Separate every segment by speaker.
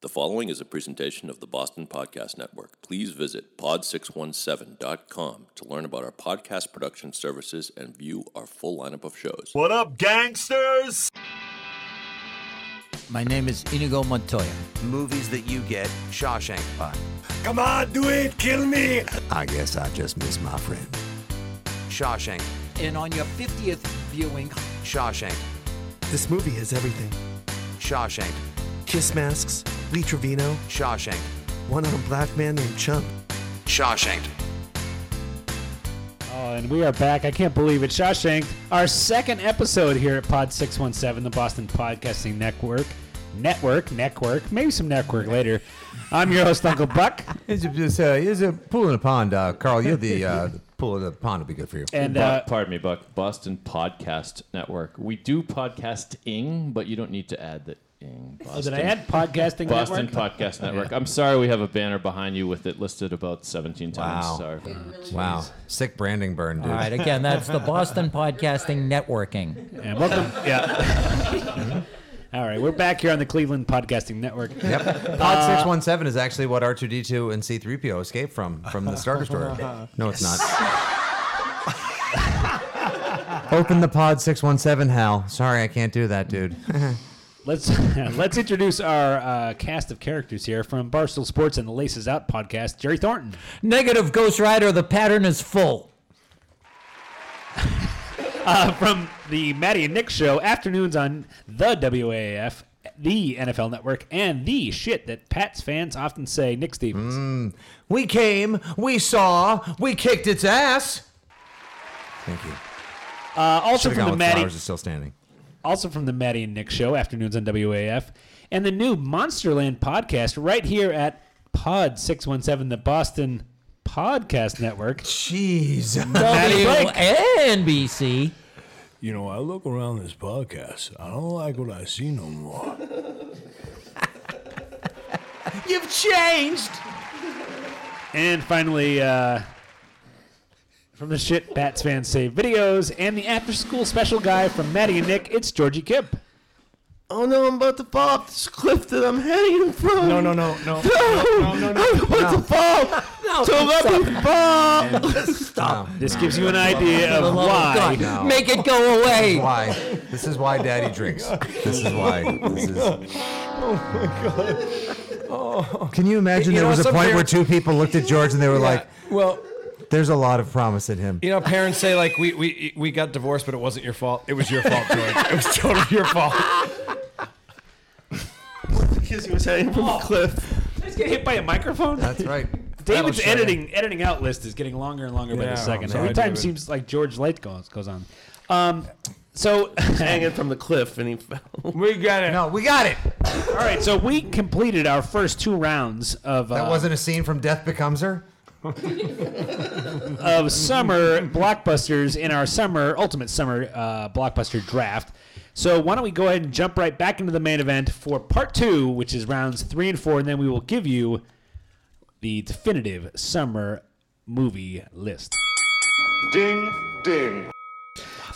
Speaker 1: The following is a presentation of the Boston Podcast Network. Please visit pod617.com to learn about our podcast production services and view our full lineup of shows.
Speaker 2: What up, gangsters?
Speaker 3: My name is Inigo Montoya.
Speaker 4: movies that you get Shawshank by.
Speaker 2: Come on, do it, kill me.
Speaker 4: I guess I just miss my friend. Shawshank,
Speaker 3: And on your 50th viewing,
Speaker 4: Shawshank,
Speaker 5: This movie is everything.
Speaker 4: Shawshank,
Speaker 5: Kiss masks, Lee Trevino,
Speaker 4: Shawshank,
Speaker 5: one armed black man named Chump.
Speaker 4: Shawshank.
Speaker 6: Oh, and we are back. I can't believe it. Shawshank, our second episode here at Pod 617, the Boston Podcasting Network. Network, network, maybe some network later. I'm your host, Uncle Buck.
Speaker 7: It's a, it's a, it's a pool in a pond, uh, Carl. You're the uh, pool in the pond would be good for you.
Speaker 6: And
Speaker 8: Bu-
Speaker 6: uh,
Speaker 8: pardon me, Buck. Boston Podcast Network. We do podcasting, but you don't need to add the ing. Boston.
Speaker 6: oh, did I add podcasting
Speaker 8: Boston
Speaker 6: network?
Speaker 8: Podcast Network. I'm sorry, we have a banner behind you with it listed about 17 times.
Speaker 7: Wow.
Speaker 8: Sorry.
Speaker 7: Wow, sick branding burn, dude.
Speaker 3: all right, again, that's the Boston Podcasting Networking.
Speaker 6: and welcome. yeah. All right, we're back here on the Cleveland Podcasting Network.
Speaker 7: Yep. Pod six one seven is actually what R two D two and C three PO escaped from from the Star Destroyer. No, it's not. Open the pod six one seven, Hal. Sorry, I can't do that, dude.
Speaker 6: Let's let's introduce our uh, cast of characters here from Barstool Sports and the Laces Out podcast. Jerry Thornton,
Speaker 3: Negative Ghost Rider, the pattern is full.
Speaker 6: Uh, from the Maddie and Nick show, afternoons on the WAF, the NFL Network, and the shit that Pats fans often say. Nick Stevens,
Speaker 7: Mm, we came, we saw, we kicked its ass. Thank you.
Speaker 6: uh, also
Speaker 7: Should've
Speaker 6: from
Speaker 7: gone
Speaker 6: the
Speaker 7: with
Speaker 6: Maddie,
Speaker 7: flowers is still standing.
Speaker 6: also from the Maddie and Nick show, afternoons on WAF, and the new Monsterland podcast right here at Pod Six One Seven, the Boston Podcast Network.
Speaker 7: Jeez.
Speaker 6: Maddie Blake.
Speaker 3: NBC.
Speaker 9: You know, I look around this podcast. I don't like what I see no more.
Speaker 7: You've changed.
Speaker 6: And finally, uh, from the shit Pats fans say videos and the after school special guy from Maddie and Nick, it's Georgie Kip.
Speaker 2: Oh no, I'm about to fall off this cliff that I'm hanging from. No, no, no, no, no, no, no, no I'm about to fall. No, so let me fall.
Speaker 6: This gives you an idea of why.
Speaker 7: No.
Speaker 3: Oh, Make it go away.
Speaker 7: why this is why daddy drinks this is why this is oh my god can you imagine
Speaker 9: Oh. You
Speaker 7: there
Speaker 9: know,
Speaker 7: was a
Speaker 9: some
Speaker 7: point where
Speaker 9: parents-
Speaker 7: two people looked at george and they were like
Speaker 9: Well,
Speaker 7: there's a lot of promise in him
Speaker 9: you know, parents say like we we we got divorced, but it wasn't your fault. It was your fault, George. It was totally your fault.
Speaker 2: Because he was hanging from a cliff.
Speaker 6: Let's get hit by a microphone.
Speaker 7: that's right That'll
Speaker 6: David's
Speaker 7: show you.
Speaker 6: editing editing out list is getting longer and longer by
Speaker 9: Yeah,
Speaker 6: the second.
Speaker 9: sorry,
Speaker 6: Every time
Speaker 9: David.
Speaker 6: seems like George Light goes goes on. Um, so
Speaker 2: Hanging from the cliff, and he fell.
Speaker 9: We got it.
Speaker 7: no we got it
Speaker 6: all right, so we completed our first two rounds of
Speaker 7: that
Speaker 6: uh,
Speaker 7: wasn't a scene from death becomes her
Speaker 6: of summer blockbusters in our summer ultimate summer uh, blockbuster draft. So why don't we go ahead and jump right back into the main event for part two, which is rounds three and four, and then we will give you the definitive summer movie list.
Speaker 10: Ding, ding.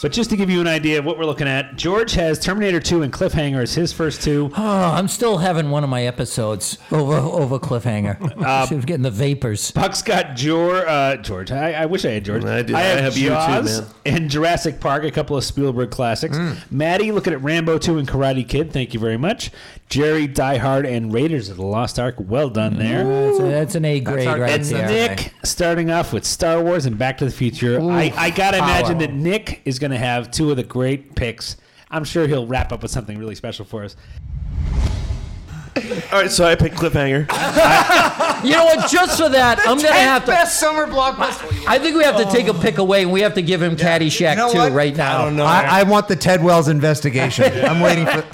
Speaker 6: But just to give you an idea of what we're looking at, George has Terminator 2 and Cliffhanger as his first two.
Speaker 3: Oh, I'm still having one of my episodes over over cliffhanger. she was getting the vapors.
Speaker 6: Buck's got George. Uh, George, I, I wish I had George.
Speaker 2: I do. I have you too,
Speaker 6: Jaws
Speaker 2: man. Hmm.
Speaker 6: and Jurassic Park, a couple of Spielberg classics. Maddie looking at Rambo 2 and Karate Kid. Thank you very much. Jerry, Die Hard, and Raiders of the Lost Ark. Well done there.
Speaker 3: That's, a- that's an A grade
Speaker 7: our-
Speaker 3: right
Speaker 7: that's
Speaker 3: there.
Speaker 7: it.
Speaker 6: Nick starting off with Star Wars and Back to the Future. I, I gotta imagine that Nick is gonna have two of the great picks. I'm sure he'll wrap up with something really special for us.
Speaker 2: All right, so I picked cliffhanger.
Speaker 3: You know what? Just for that, I'm gonna have to.
Speaker 7: best summer blockbuster
Speaker 3: I think we have to take a pick away, and we have to give him Caddyshack
Speaker 7: You know
Speaker 3: too
Speaker 7: what?
Speaker 3: right now.
Speaker 9: I don't know.
Speaker 7: I, I want the ted wells investigation i'm waiting for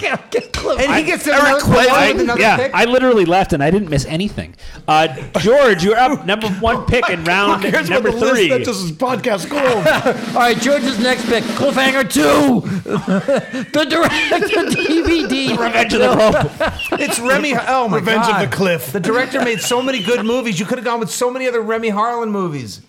Speaker 7: and he gets another,
Speaker 2: Quayle-
Speaker 7: one
Speaker 2: I-
Speaker 7: with another
Speaker 6: yeah,
Speaker 7: pick?
Speaker 6: I literally left and I didn't miss anything. Uh, George, you're up number one pick in round
Speaker 9: Here's
Speaker 6: number
Speaker 9: what the
Speaker 6: three.
Speaker 9: List, that just is podcast gold.
Speaker 3: All right, George's next pick, Cliffhanger 2, the director DVD.
Speaker 6: Revenge of the Rope.
Speaker 7: It's Remy. Oh my
Speaker 9: Revenge of
Speaker 7: God.
Speaker 9: the Cliff.
Speaker 7: The director made so many good movies. You could have gone with so many other Remy Harlan movies.
Speaker 9: Oh.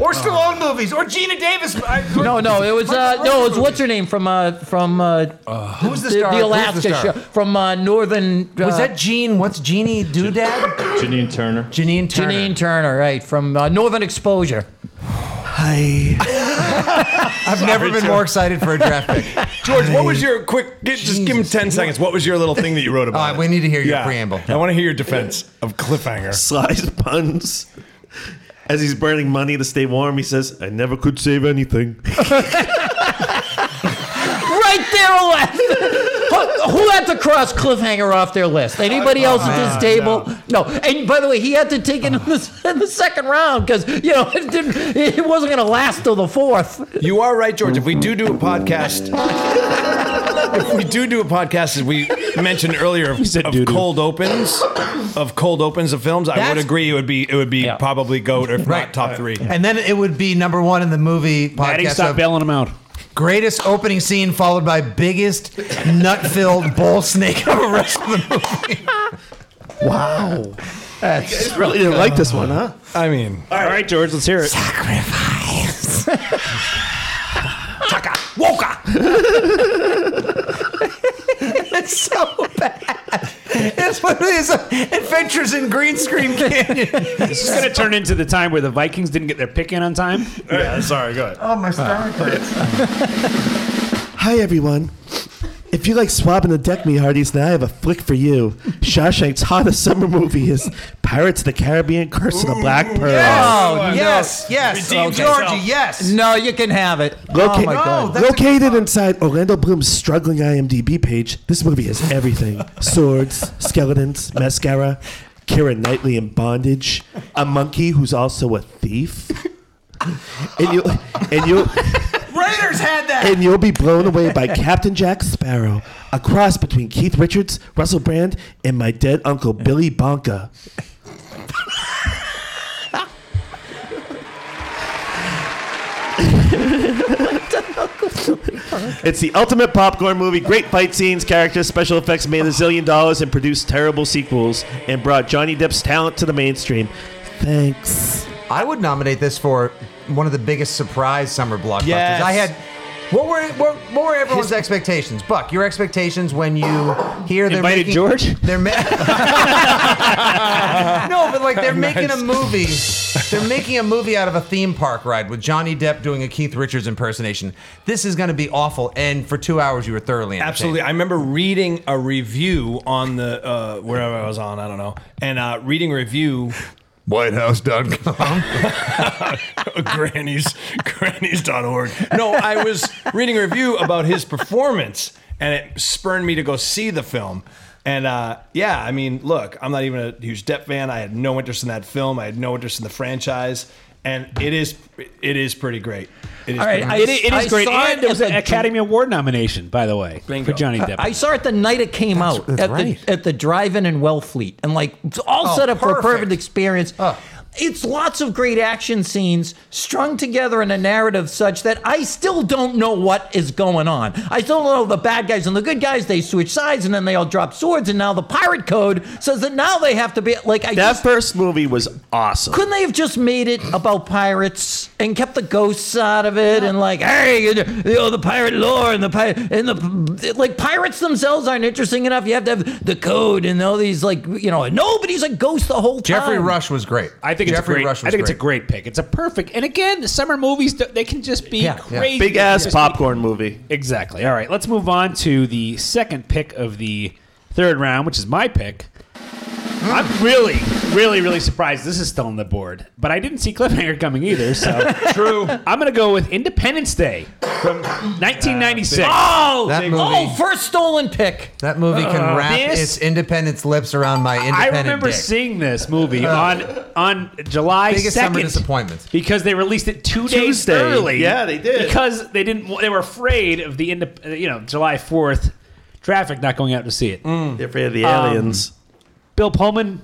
Speaker 11: Or Stallone movies, or Gina Davis. I-
Speaker 3: No, no, it was uh, no, it was what's her name from uh, from uh,
Speaker 11: Who's the star? Who's
Speaker 3: The
Speaker 11: the
Speaker 3: Alaska
Speaker 11: star?
Speaker 3: show from uh, Northern. Uh,
Speaker 7: Was that Gene? What's Jeannie Doodad?
Speaker 8: Janine Turner.
Speaker 7: Janine Turner.
Speaker 3: Janine Turner, right from uh, Northern Exposure.
Speaker 7: Hi. I've never been more excited for a draft pick.
Speaker 9: George, what was your quick? Get, just give him ten seconds. What was your little thing that you wrote about?
Speaker 7: Uh, we need to hear your
Speaker 9: Yeah.
Speaker 7: preamble.
Speaker 9: I want to hear your defense of cliffhanger.
Speaker 2: Slice puns. As he's burning money to stay warm, he says, I never could save anything.
Speaker 3: Right there, Alaska. Who had to cross cliffhanger off their list? Anybody else at this table? No. And by the way, he had to take it in the, in the second round because you know it didn't. It wasn't going to last till the fourth.
Speaker 9: You are right, George. If we do do a podcast, if we do do a podcast, as we mentioned earlier, of, of cold opens, of cold opens of films, I would
Speaker 7: That's-
Speaker 9: agree. It would be it would be probably goat or if not top three.
Speaker 7: And then it would be number one in the movie
Speaker 6: Maddie,
Speaker 7: podcast.
Speaker 6: stop
Speaker 7: of
Speaker 6: bailing him out.
Speaker 7: greatest opening scene followed by biggest nut-filled bowl snake of the rest of the movie.
Speaker 2: wow.
Speaker 7: That's
Speaker 2: You really didn't like this one, huh?
Speaker 9: I mean,
Speaker 6: All right, George, let's hear it.
Speaker 7: It's so bad. It's what it is. uh, Adventures in Green Screen Canyon.
Speaker 6: This is going to turn into the time where the Vikings didn't get their pick in on time.
Speaker 9: Yeah, sorry, go ahead.
Speaker 7: Oh, my stomach hurts.
Speaker 2: Hi, everyone. If you like swabbing the deck, me hearties, then I have a flick for you. Shawshank's hottest summer movie is Pirates of the Caribbean: Curse of the Black Pearl.
Speaker 7: Oh, yes, yes.
Speaker 9: Redeemed
Speaker 7: Georgie,
Speaker 9: yourself.
Speaker 7: yes.
Speaker 3: No, you can have it. oh
Speaker 2: Loca-
Speaker 3: my god.
Speaker 7: that's a-
Speaker 2: Located inside Orlando Bloom's struggling IMDb page, this movie has everything swords, skeletons, mascara, Kira Knightley in bondage, a monkey who's also a thief. And you, and you,
Speaker 11: Raiders had that.
Speaker 2: and you'll be blown away by Captain Jack Sparrow, a cross between Keith Richards, Russell Brand, and my dead uncle Billy Bonka. It's the ultimate popcorn movie. Great fight scenes, characters, special effects made a zillion dollars and produced terrible sequels and brought Johnny Depp's talent to the mainstream. Thanks.
Speaker 7: I would nominate this for one of the biggest surprise summer blockbusters.
Speaker 9: Yes.
Speaker 7: I had. What were what, what were everyone's expectations, Buck? Your expectations when you hear they're
Speaker 6: Invited
Speaker 7: making,
Speaker 6: George?
Speaker 7: They're ma- no, but like they're making a movie. They're making a movie out of a theme park ride with Johnny Depp doing a Keith Richards impersonation. This is going to be awful. And for two hours, you were thoroughly entertained.
Speaker 9: Absolutely. I remember reading a review on the uh, wherever I was on, I don't know, and uh, reading a review.
Speaker 7: WhiteHouse.com.
Speaker 9: grannies, grannies.org. No, I was reading a review about his performance and it spurned me to go see the film. And uh, yeah, I mean, look, I'm not even a huge Depp fan. I had no interest in that film. I had no interest in the franchise. And it is it is pretty great. It is
Speaker 3: All right,
Speaker 9: pretty
Speaker 3: I-
Speaker 9: great.
Speaker 6: It, it is
Speaker 3: I
Speaker 6: great.
Speaker 3: saw
Speaker 6: And
Speaker 3: it
Speaker 6: it was
Speaker 3: at
Speaker 6: an
Speaker 3: the-
Speaker 6: Academy Award nomination, by the way, for Johnny Depp.
Speaker 3: I saw it the night it came out
Speaker 7: that's
Speaker 3: at,
Speaker 7: right.
Speaker 3: the, at the drive-in in Wellfleet, and like it's all
Speaker 7: Oh,
Speaker 3: set up for a
Speaker 7: perfect.
Speaker 3: perfect experience.
Speaker 7: Oh.
Speaker 3: It's lots of great action scenes strung together in a narrative such that I still don't know what is going on. I still don't know the bad guys and the good guys. They switch sides and then they all drop swords, and now the pirate code says that now they have to be like. I
Speaker 2: That
Speaker 3: just,
Speaker 2: first movie was awesome.
Speaker 3: couldn't they have just made it about pirates and kept the ghosts out of it and like hey you know the pirate lore and the pirate and the like pirates themselves aren't interesting enough you have to have the code and all these like you know nobody's a ghost the whole time
Speaker 7: Jeffrey Rush was great.
Speaker 6: I think
Speaker 7: Jeffrey
Speaker 6: it's a great.
Speaker 7: Rush was
Speaker 6: I think
Speaker 7: great.
Speaker 6: it's a great pick. It's a perfect. And again, the summer movies they can just be
Speaker 7: Yeah, yeah.
Speaker 6: crazy.
Speaker 2: Big ass popcorn movie.
Speaker 6: Exactly. All right, let's move on to the second pick of the third round, which is my pick. I'm really, really, really surprised this is still on the board, but I didn't see Cliffhanger coming either. So true. I'm gonna go with Independence Day from
Speaker 7: uh,
Speaker 6: 1996.
Speaker 3: oh
Speaker 7: That
Speaker 3: oh
Speaker 7: movie-
Speaker 3: first stolen pick
Speaker 7: That movie can wrap
Speaker 6: Uh-huh. this-
Speaker 7: its independence lips around my
Speaker 6: I
Speaker 7: independent
Speaker 6: remember
Speaker 7: dick. Uh,
Speaker 6: seeing this movie on on July
Speaker 7: Biggest summer
Speaker 6: 2nd,
Speaker 7: disappointment.
Speaker 6: because they released it two days
Speaker 2: Tuesday.
Speaker 6: early.
Speaker 2: Yeah, they did.
Speaker 6: because they didn't. They were afraid of the end of, you know July Fourth traffic not going out to see
Speaker 7: Mm.
Speaker 6: it.
Speaker 2: They're afraid of the
Speaker 6: Um,
Speaker 2: aliens.
Speaker 6: Bill Pullman,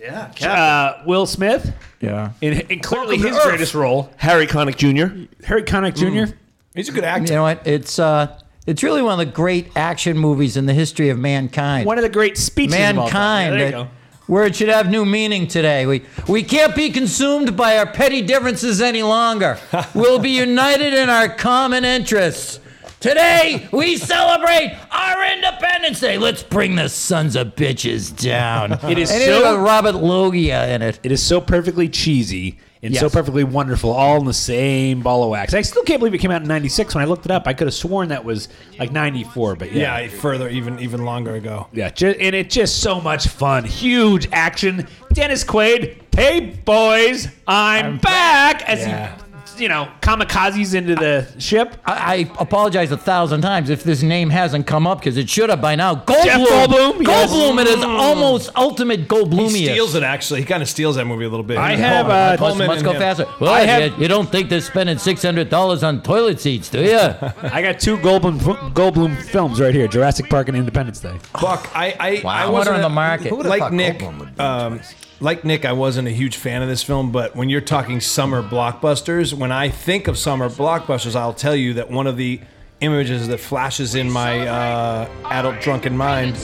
Speaker 2: yeah,
Speaker 6: uh, Will Smith,
Speaker 11: Yeah.
Speaker 6: and, and clearly
Speaker 7: Welcome to
Speaker 6: his
Speaker 7: Earth.
Speaker 6: greatest role,
Speaker 2: Harry Connick Jr.
Speaker 6: Harry Connick Jr.
Speaker 9: He's a good actor.
Speaker 3: you know what it's uh it's really one of the great action movies in the history of mankind
Speaker 6: One of the great speeches. of all time.
Speaker 3: mankind
Speaker 6: Yeah, there you
Speaker 3: that
Speaker 6: go.
Speaker 3: where it should have new meaning today. We, we can't be consumed by our petty differences any longer. we'll be united in our common interests. Today, we celebrate our Independence Day. Let's bring the sons of bitches down.
Speaker 6: It is
Speaker 3: Uh-huh. and
Speaker 6: so-
Speaker 3: it'll have Robert Loggia in it.
Speaker 6: It is so perfectly cheesy and so
Speaker 3: Yes.
Speaker 6: perfectly wonderful, all in the same ball of wax. I still can't believe it came out in '96. When I looked it up, I could have sworn that was like '94, but yeah.
Speaker 9: Yeah, further, even even longer ago.
Speaker 6: Yeah, ju- and it's just so much fun. Huge action. Dennis Quaid, hey boys, I'm, back. As
Speaker 3: Yeah.
Speaker 6: he, you know, kamikazes into the ship.
Speaker 3: I, I apologize a thousand times if this name hasn't come up because it should have by now. Goldblum.
Speaker 6: Jeff Goldblum, yes.
Speaker 3: Goldblum. It is almost ultimate Goldblumiest.
Speaker 9: He steals it actually. He kind of steals that movie a little bit.
Speaker 3: I
Speaker 9: Even
Speaker 3: have
Speaker 9: Pullman-
Speaker 3: uh,
Speaker 9: Pullman
Speaker 3: must, must
Speaker 9: and
Speaker 3: go
Speaker 9: him.
Speaker 3: faster. Well, you, you don't think they're spending six hundred dollars on toilet seats, do you?
Speaker 6: I got two Goldblum, Goldblum films right here: Jurassic Park and Independence Day.
Speaker 9: Fuck, I I,
Speaker 3: Wow.
Speaker 9: I
Speaker 3: What
Speaker 9: wasn't
Speaker 3: on
Speaker 9: a-
Speaker 3: the market? Who would've
Speaker 9: Like
Speaker 3: thought
Speaker 9: Nick,
Speaker 3: Goldblum
Speaker 9: um, like Nick, I wasn't a huge fan of this film. But when you're talking summer blockbusters, when I think of summer blockbusters, I'll tell you that one of the images that flashes in my uh, adult drunken mind.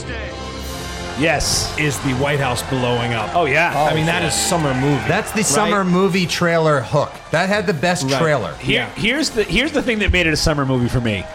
Speaker 6: Yes,
Speaker 9: is the White House blowing up?
Speaker 6: Oh yeah,
Speaker 9: I mean that is summer movie.
Speaker 7: That's the summer movie trailer hook. That had the best
Speaker 9: Right.
Speaker 7: trailer.
Speaker 6: Here, here's the here's the thing that made it a summer movie for me.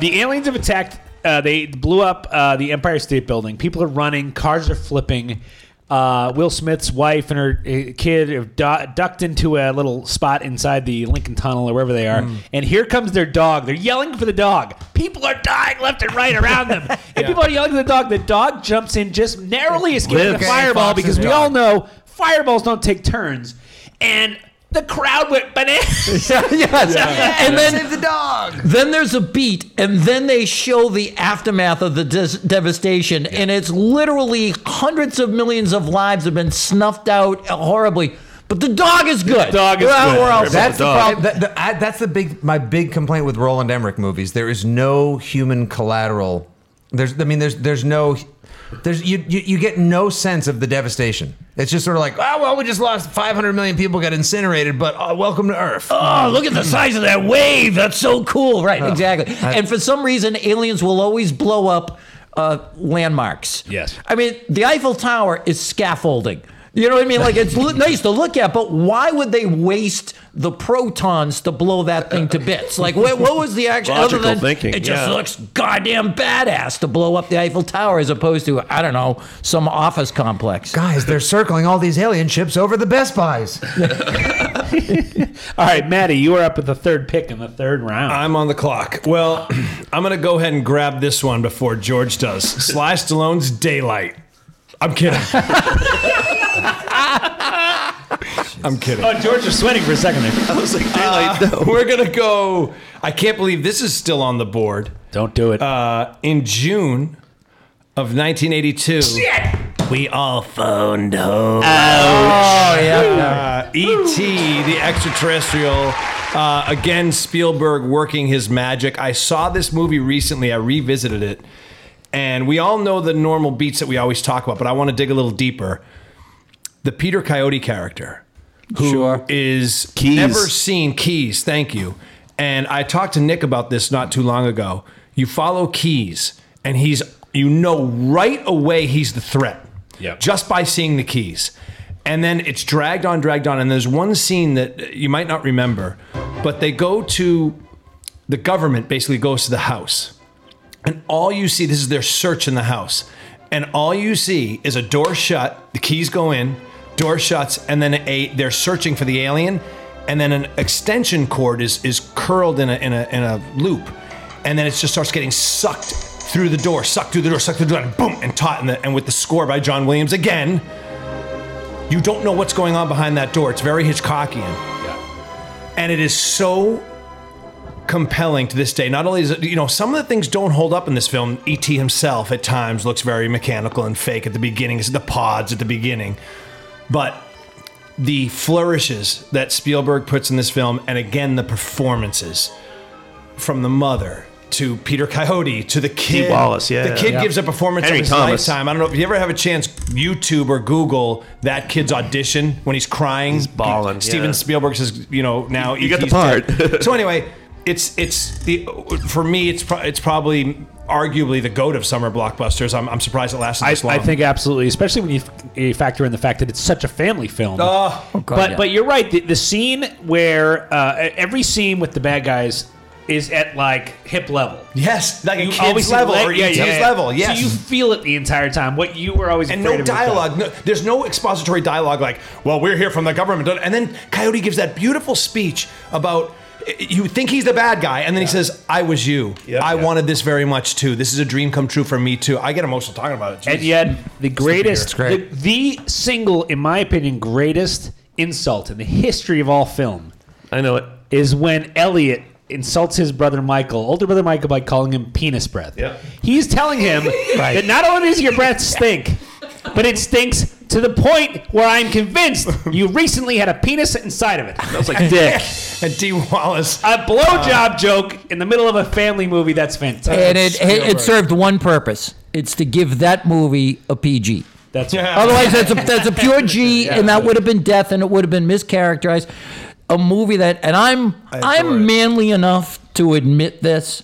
Speaker 6: The aliens have attacked. Uh, they blew up uh, the Empire State Building. People are running. Cars are flipping. Uh, Will Smith's wife and her uh, kid have du- ducked into a little spot inside the Lincoln Tunnel or wherever they are. And here comes their dog. They're yelling for the dog. People are dying left and right around them. And people are yelling for the dog. The dog jumps in, just narrowly escaping the
Speaker 7: Lives.
Speaker 6: fireball
Speaker 7: Fox's
Speaker 6: because we
Speaker 7: dog.
Speaker 6: all know fireballs don't take turns. And the crowd went bananas.
Speaker 3: yes. And then
Speaker 7: Save the dog.
Speaker 3: Then there's a beat, and then they show the aftermath of the dis- devastation, and it's literally hundreds of millions of lives have been snuffed out horribly. But the dog is good.
Speaker 6: dog is
Speaker 3: We're all-
Speaker 6: good.
Speaker 3: we're all set.
Speaker 7: That's the problem. That, the, I, that's the big my big complaint with Roland Emmerich movies. There is no human collateral. There's I mean there's there's no there's you you, you get no sense of the devastation. It's just sort of like oh well we just lost 500 million people got incinerated but oh, welcome to Earth.
Speaker 3: Oh, look at the size of that wave. That's so cool. Right, exactly.
Speaker 7: I-
Speaker 3: and for some reason, aliens will always blow up uh, landmarks.
Speaker 6: Yes.
Speaker 3: I mean, the Eiffel Tower is scaffolding. You know what I mean? Like, it's lo- nice to look at, but why would they waste the protons to blow that thing to bits? Like, what, what was the action?
Speaker 2: Logical
Speaker 3: other than
Speaker 2: thinking,
Speaker 3: It just
Speaker 2: yeah.
Speaker 3: looks goddamn badass to blow up the Eiffel Tower as opposed to, I don't know, some office complex.
Speaker 7: Guys, they're circling all these alien ships over the Best Buys.
Speaker 6: All right, Maddie, you are up with the third pick in the third round.
Speaker 9: I'm on the clock. Well, I'm going to go ahead and grab this one before George does. Sly Stallone's Daylight. I'm kidding. I'm kidding.
Speaker 6: oh, George was sweating for a second there. Uh,
Speaker 9: We're going to go. I can't believe this is still on the board.
Speaker 6: Don't do it.
Speaker 9: Uh, in June of 1982. We all phoned
Speaker 3: Oh,
Speaker 9: home.
Speaker 3: yeah.
Speaker 9: Uh, E.T., the extraterrestrial. Uh, again, Spielberg working his magic. I saw this movie recently. I revisited it. And we all know the normal beats that we always talk about, but I want to dig a little deeper. The Peter Coyote character, who is
Speaker 2: Keys.
Speaker 9: never seen Keys, thank you. And I talked to Nick about this not too long ago. You follow Keys, and he's, you know, right away he's the threat
Speaker 6: Yep.
Speaker 9: just by seeing the keys. And then it's dragged on, dragged on. And there's one scene that you might not remember, but they go to the government, basically goes to the house. And all you see, this is their search in the house. And all you see is a door shut, the keys go in, door shuts, and then a they're searching for the alien. And then an extension cord is is curled in a in a in a loop. And then it just starts getting sucked through the door, sucked through the door, sucked through the door, and boom, and taut in the, and with the score by John Williams again. You don't know what's going on behind that door. It's very Hitchcockian. And it is so compelling to this day. Not only is it, you know, some of the things don't hold up in this film. E.T. himself at times looks very mechanical and fake at the beginning, It's the pods at the beginning. But the flourishes that Spielberg puts in this film, and again, the performances from the mother to Peter Coyote to the kid.
Speaker 2: Wallace, yeah.
Speaker 9: The kid
Speaker 2: Yeah.
Speaker 9: gives a performance
Speaker 2: Henry
Speaker 9: of his
Speaker 2: Thomas.
Speaker 9: lifetime. I don't know if you ever have a chance, YouTube or Google that kid's audition when he's crying. He's
Speaker 2: bawling,
Speaker 9: Steven
Speaker 2: yeah.
Speaker 9: Spielberg says, you know, now
Speaker 2: You got the
Speaker 9: ET's dead.
Speaker 2: part.
Speaker 9: so anyway, it's it's the for me it's pro- it's probably arguably the goat of summer blockbusters. I'm, I'm surprised it lasted
Speaker 6: I,
Speaker 9: this long.
Speaker 6: I think absolutely, especially when you, f- you factor in the fact that it's such a family film.
Speaker 9: Oh. Oh, God,
Speaker 6: but
Speaker 9: yeah.
Speaker 6: but you're right. The, the scene where uh, every scene with the bad guys is at like hip level.
Speaker 9: Yes, like a
Speaker 6: You
Speaker 9: kid's
Speaker 6: always
Speaker 9: level
Speaker 6: let-
Speaker 9: or ET's level, yes.
Speaker 6: so you feel it the entire time. What you were always
Speaker 9: and
Speaker 6: afraid
Speaker 9: no
Speaker 6: of was that.
Speaker 9: dialogue. No, there's no expository dialogue like, well, we're here from the government. And then Coyote gives that beautiful speech about eh, you think he's the bad guy. And then he says, I was you. I wanted this very much too. This is a dream come true for me too. I get emotional talking about it.
Speaker 6: And
Speaker 9: Jeez.
Speaker 6: yet, the
Speaker 9: It's
Speaker 6: greatest,
Speaker 9: great.
Speaker 6: the, the single, in my opinion, greatest insult in the history of all film. I know it is when Elliot insults his brother Michael, older brother Michael, by calling him penis breath.
Speaker 9: Yep.
Speaker 6: He's telling him that not only does your breath stink, but it stinks to the point where I'm convinced you recently had a penis inside of it. That's
Speaker 9: like
Speaker 6: dick.
Speaker 9: and D. Wallace.
Speaker 3: Uh,
Speaker 6: A blowjob joke in the middle of a family movie. That's fantastic.
Speaker 3: And it, it, it served one purpose. It's to give that movie a PG.
Speaker 6: That's
Speaker 3: Otherwise, that's a that's a pure G,
Speaker 6: Yeah.
Speaker 3: and that would have been death, and it would have been mischaracterized. A movie that, and I'm I'm manly enough to admit this.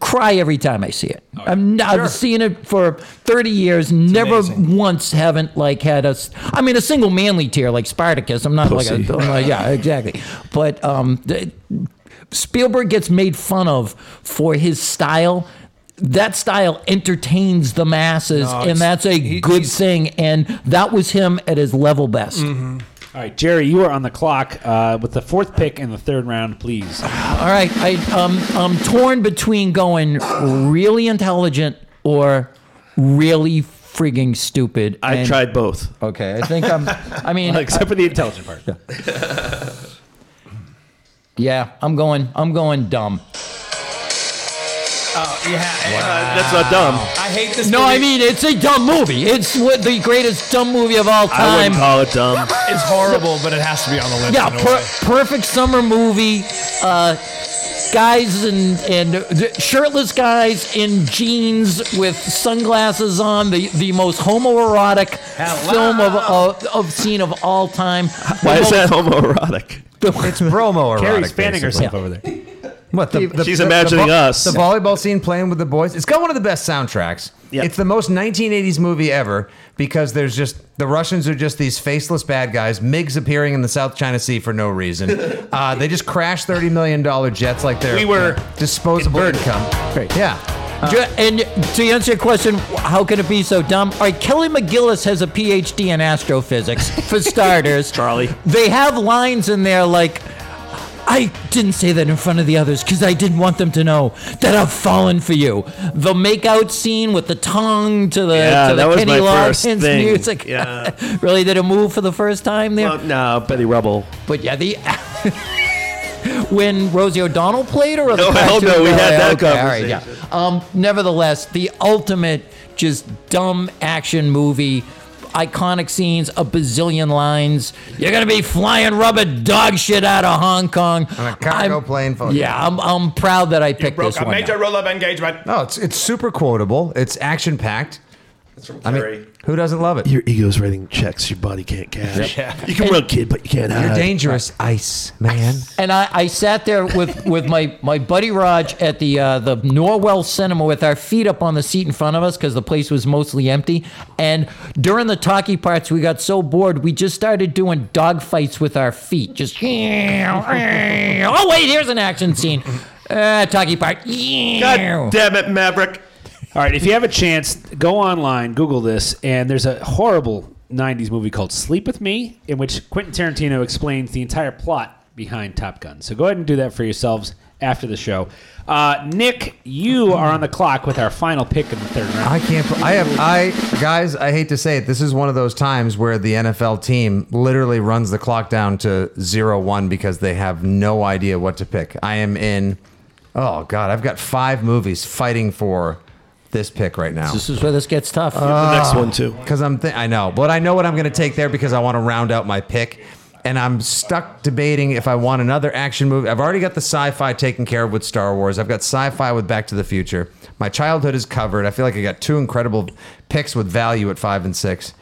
Speaker 3: Cry every time I see it.
Speaker 6: Oh,
Speaker 3: I'm n- I've seen it for 30 years. never once haven't like had a. s- I mean, a single manly tear like Spartacus. I'm not like,
Speaker 12: Pussy.
Speaker 3: a, I'm like yeah, exactly. But um, th- Spielberg gets made fun of for his style. That style entertains the masses,
Speaker 6: No,
Speaker 3: and
Speaker 6: it's-
Speaker 3: that's a
Speaker 6: he-
Speaker 3: good thing. And that was him at his level best.
Speaker 6: All right, Jerry, you are on the clock uh, with the fourth pick in the third round, please.
Speaker 3: All right, I um I'm torn between going really intelligent or really frigging stupid.
Speaker 12: I
Speaker 3: And-
Speaker 12: tried both.
Speaker 3: Okay, I think I'm. I mean,
Speaker 6: except for the intelligent part.
Speaker 2: Uh,
Speaker 3: Yeah, I'm going. I'm going dumb.
Speaker 9: Oh, yeah.
Speaker 12: Uh, that's not dumb.
Speaker 9: I hate this.
Speaker 3: No,
Speaker 9: movie.
Speaker 3: I mean it's a dumb movie. It's what the greatest dumb movie of all time.
Speaker 12: I wouldn't call it dumb.
Speaker 9: It's horrible, but it has to be on the list.
Speaker 3: Yeah,
Speaker 9: in a way.
Speaker 3: per- perfect summer movie. Uh, guys and and shirtless guys in jeans with sunglasses on. The the most homoerotic film of, of of scene of all time.
Speaker 12: Why
Speaker 3: The
Speaker 12: is that
Speaker 3: most-
Speaker 12: homoerotic?
Speaker 7: It's bromo
Speaker 12: Carrie's fanning herself
Speaker 6: over there.
Speaker 7: What the, the,
Speaker 12: She's
Speaker 7: the-
Speaker 12: imagining
Speaker 7: the vo-
Speaker 12: us.
Speaker 7: The volleyball scene playing with the boys. It's got one of the best soundtracks. It's the most 1980s movie ever because there's just the Russians are just these faceless bad guys. MiGs appearing in the South China Sea for no reason. uh, they just crash 30 million dollar jets like they're
Speaker 6: We were
Speaker 7: disposable income. Great. Yeah.
Speaker 3: Ju- and to answer your question, how can it be so dumb? All right, Kelly McGillis has a PhD in astrophysics, for starters. Charlie. They have lines in there like, I didn't say that in front of the others because I didn't want them to know that I've fallen for you. The makeout scene with the tongue to the,
Speaker 12: Yeah,
Speaker 3: to the
Speaker 12: that was
Speaker 3: Kenny
Speaker 12: my
Speaker 3: Loggins
Speaker 12: first thing.
Speaker 3: music.
Speaker 12: Yeah.
Speaker 3: really did a move for the first time there.
Speaker 12: Well, no, Betty Rubble.
Speaker 3: But yeah, the when Rosie O'Donnell played her. or the
Speaker 12: No, hell
Speaker 3: cartoon
Speaker 12: no, we
Speaker 3: ballet?
Speaker 12: had that
Speaker 3: okay, all right, yeah.
Speaker 12: conversation.
Speaker 3: Um, nevertheless, the ultimate just dumb action movie. Iconic scenes, a bazillion lines. You're gonna be flying rubber dog shit out of Hong Kong.
Speaker 7: On a cargo plane full of-
Speaker 3: Yeah, I'm, I'm proud that I picked
Speaker 9: broke
Speaker 3: this
Speaker 9: a
Speaker 3: one.
Speaker 9: major
Speaker 3: out.
Speaker 9: roll of engagement.
Speaker 7: No, it's it's super quotable. It's action packed. I mean, who doesn't love it?
Speaker 2: Your ego's writing checks your body can't cash.
Speaker 7: Yeah.
Speaker 2: You can
Speaker 3: And-
Speaker 2: run, kid, but you can't hide.
Speaker 7: You're dangerous, ice man.
Speaker 3: And I, I sat there with, with my, my buddy Raj at the uh, the Norwell Cinema with our feet up on the seat in front of us because the place was mostly empty. And during the talkie parts, we got so bored we just started doing dog fights with our feet. Just oh wait, here's an action scene. Uh, talkie part.
Speaker 12: God damn it, Maverick.
Speaker 6: All right, if you have a chance, go online, Google this, and there's a horrible 90s movie called Sleep With Me, in which Quentin Tarantino explains the entire plot behind Top Gun. So go ahead and do that for yourselves after the show. Uh, Nick, you are on the clock with our final pick in the third round.
Speaker 7: I can't. bel- I have. I guys. I hate to say it. This is one of those times where the NFL team literally runs the clock down to zero one because they have no idea what to pick. I am in. Oh God, I've got five movies fighting for this pick right now.
Speaker 3: This is where this gets tough.
Speaker 7: Uh,
Speaker 6: Ah.
Speaker 12: the next one too.
Speaker 7: Because I'm. Th- I know, but I know what I'm going to take there because I want to round out my pick. And I'm stuck debating if I want another action movie. I've already got the sci-fi taken care of with Star Wars. I've got sci-fi with Back to the Future. My childhood is covered. I feel like I got two incredible picks with value at five and six.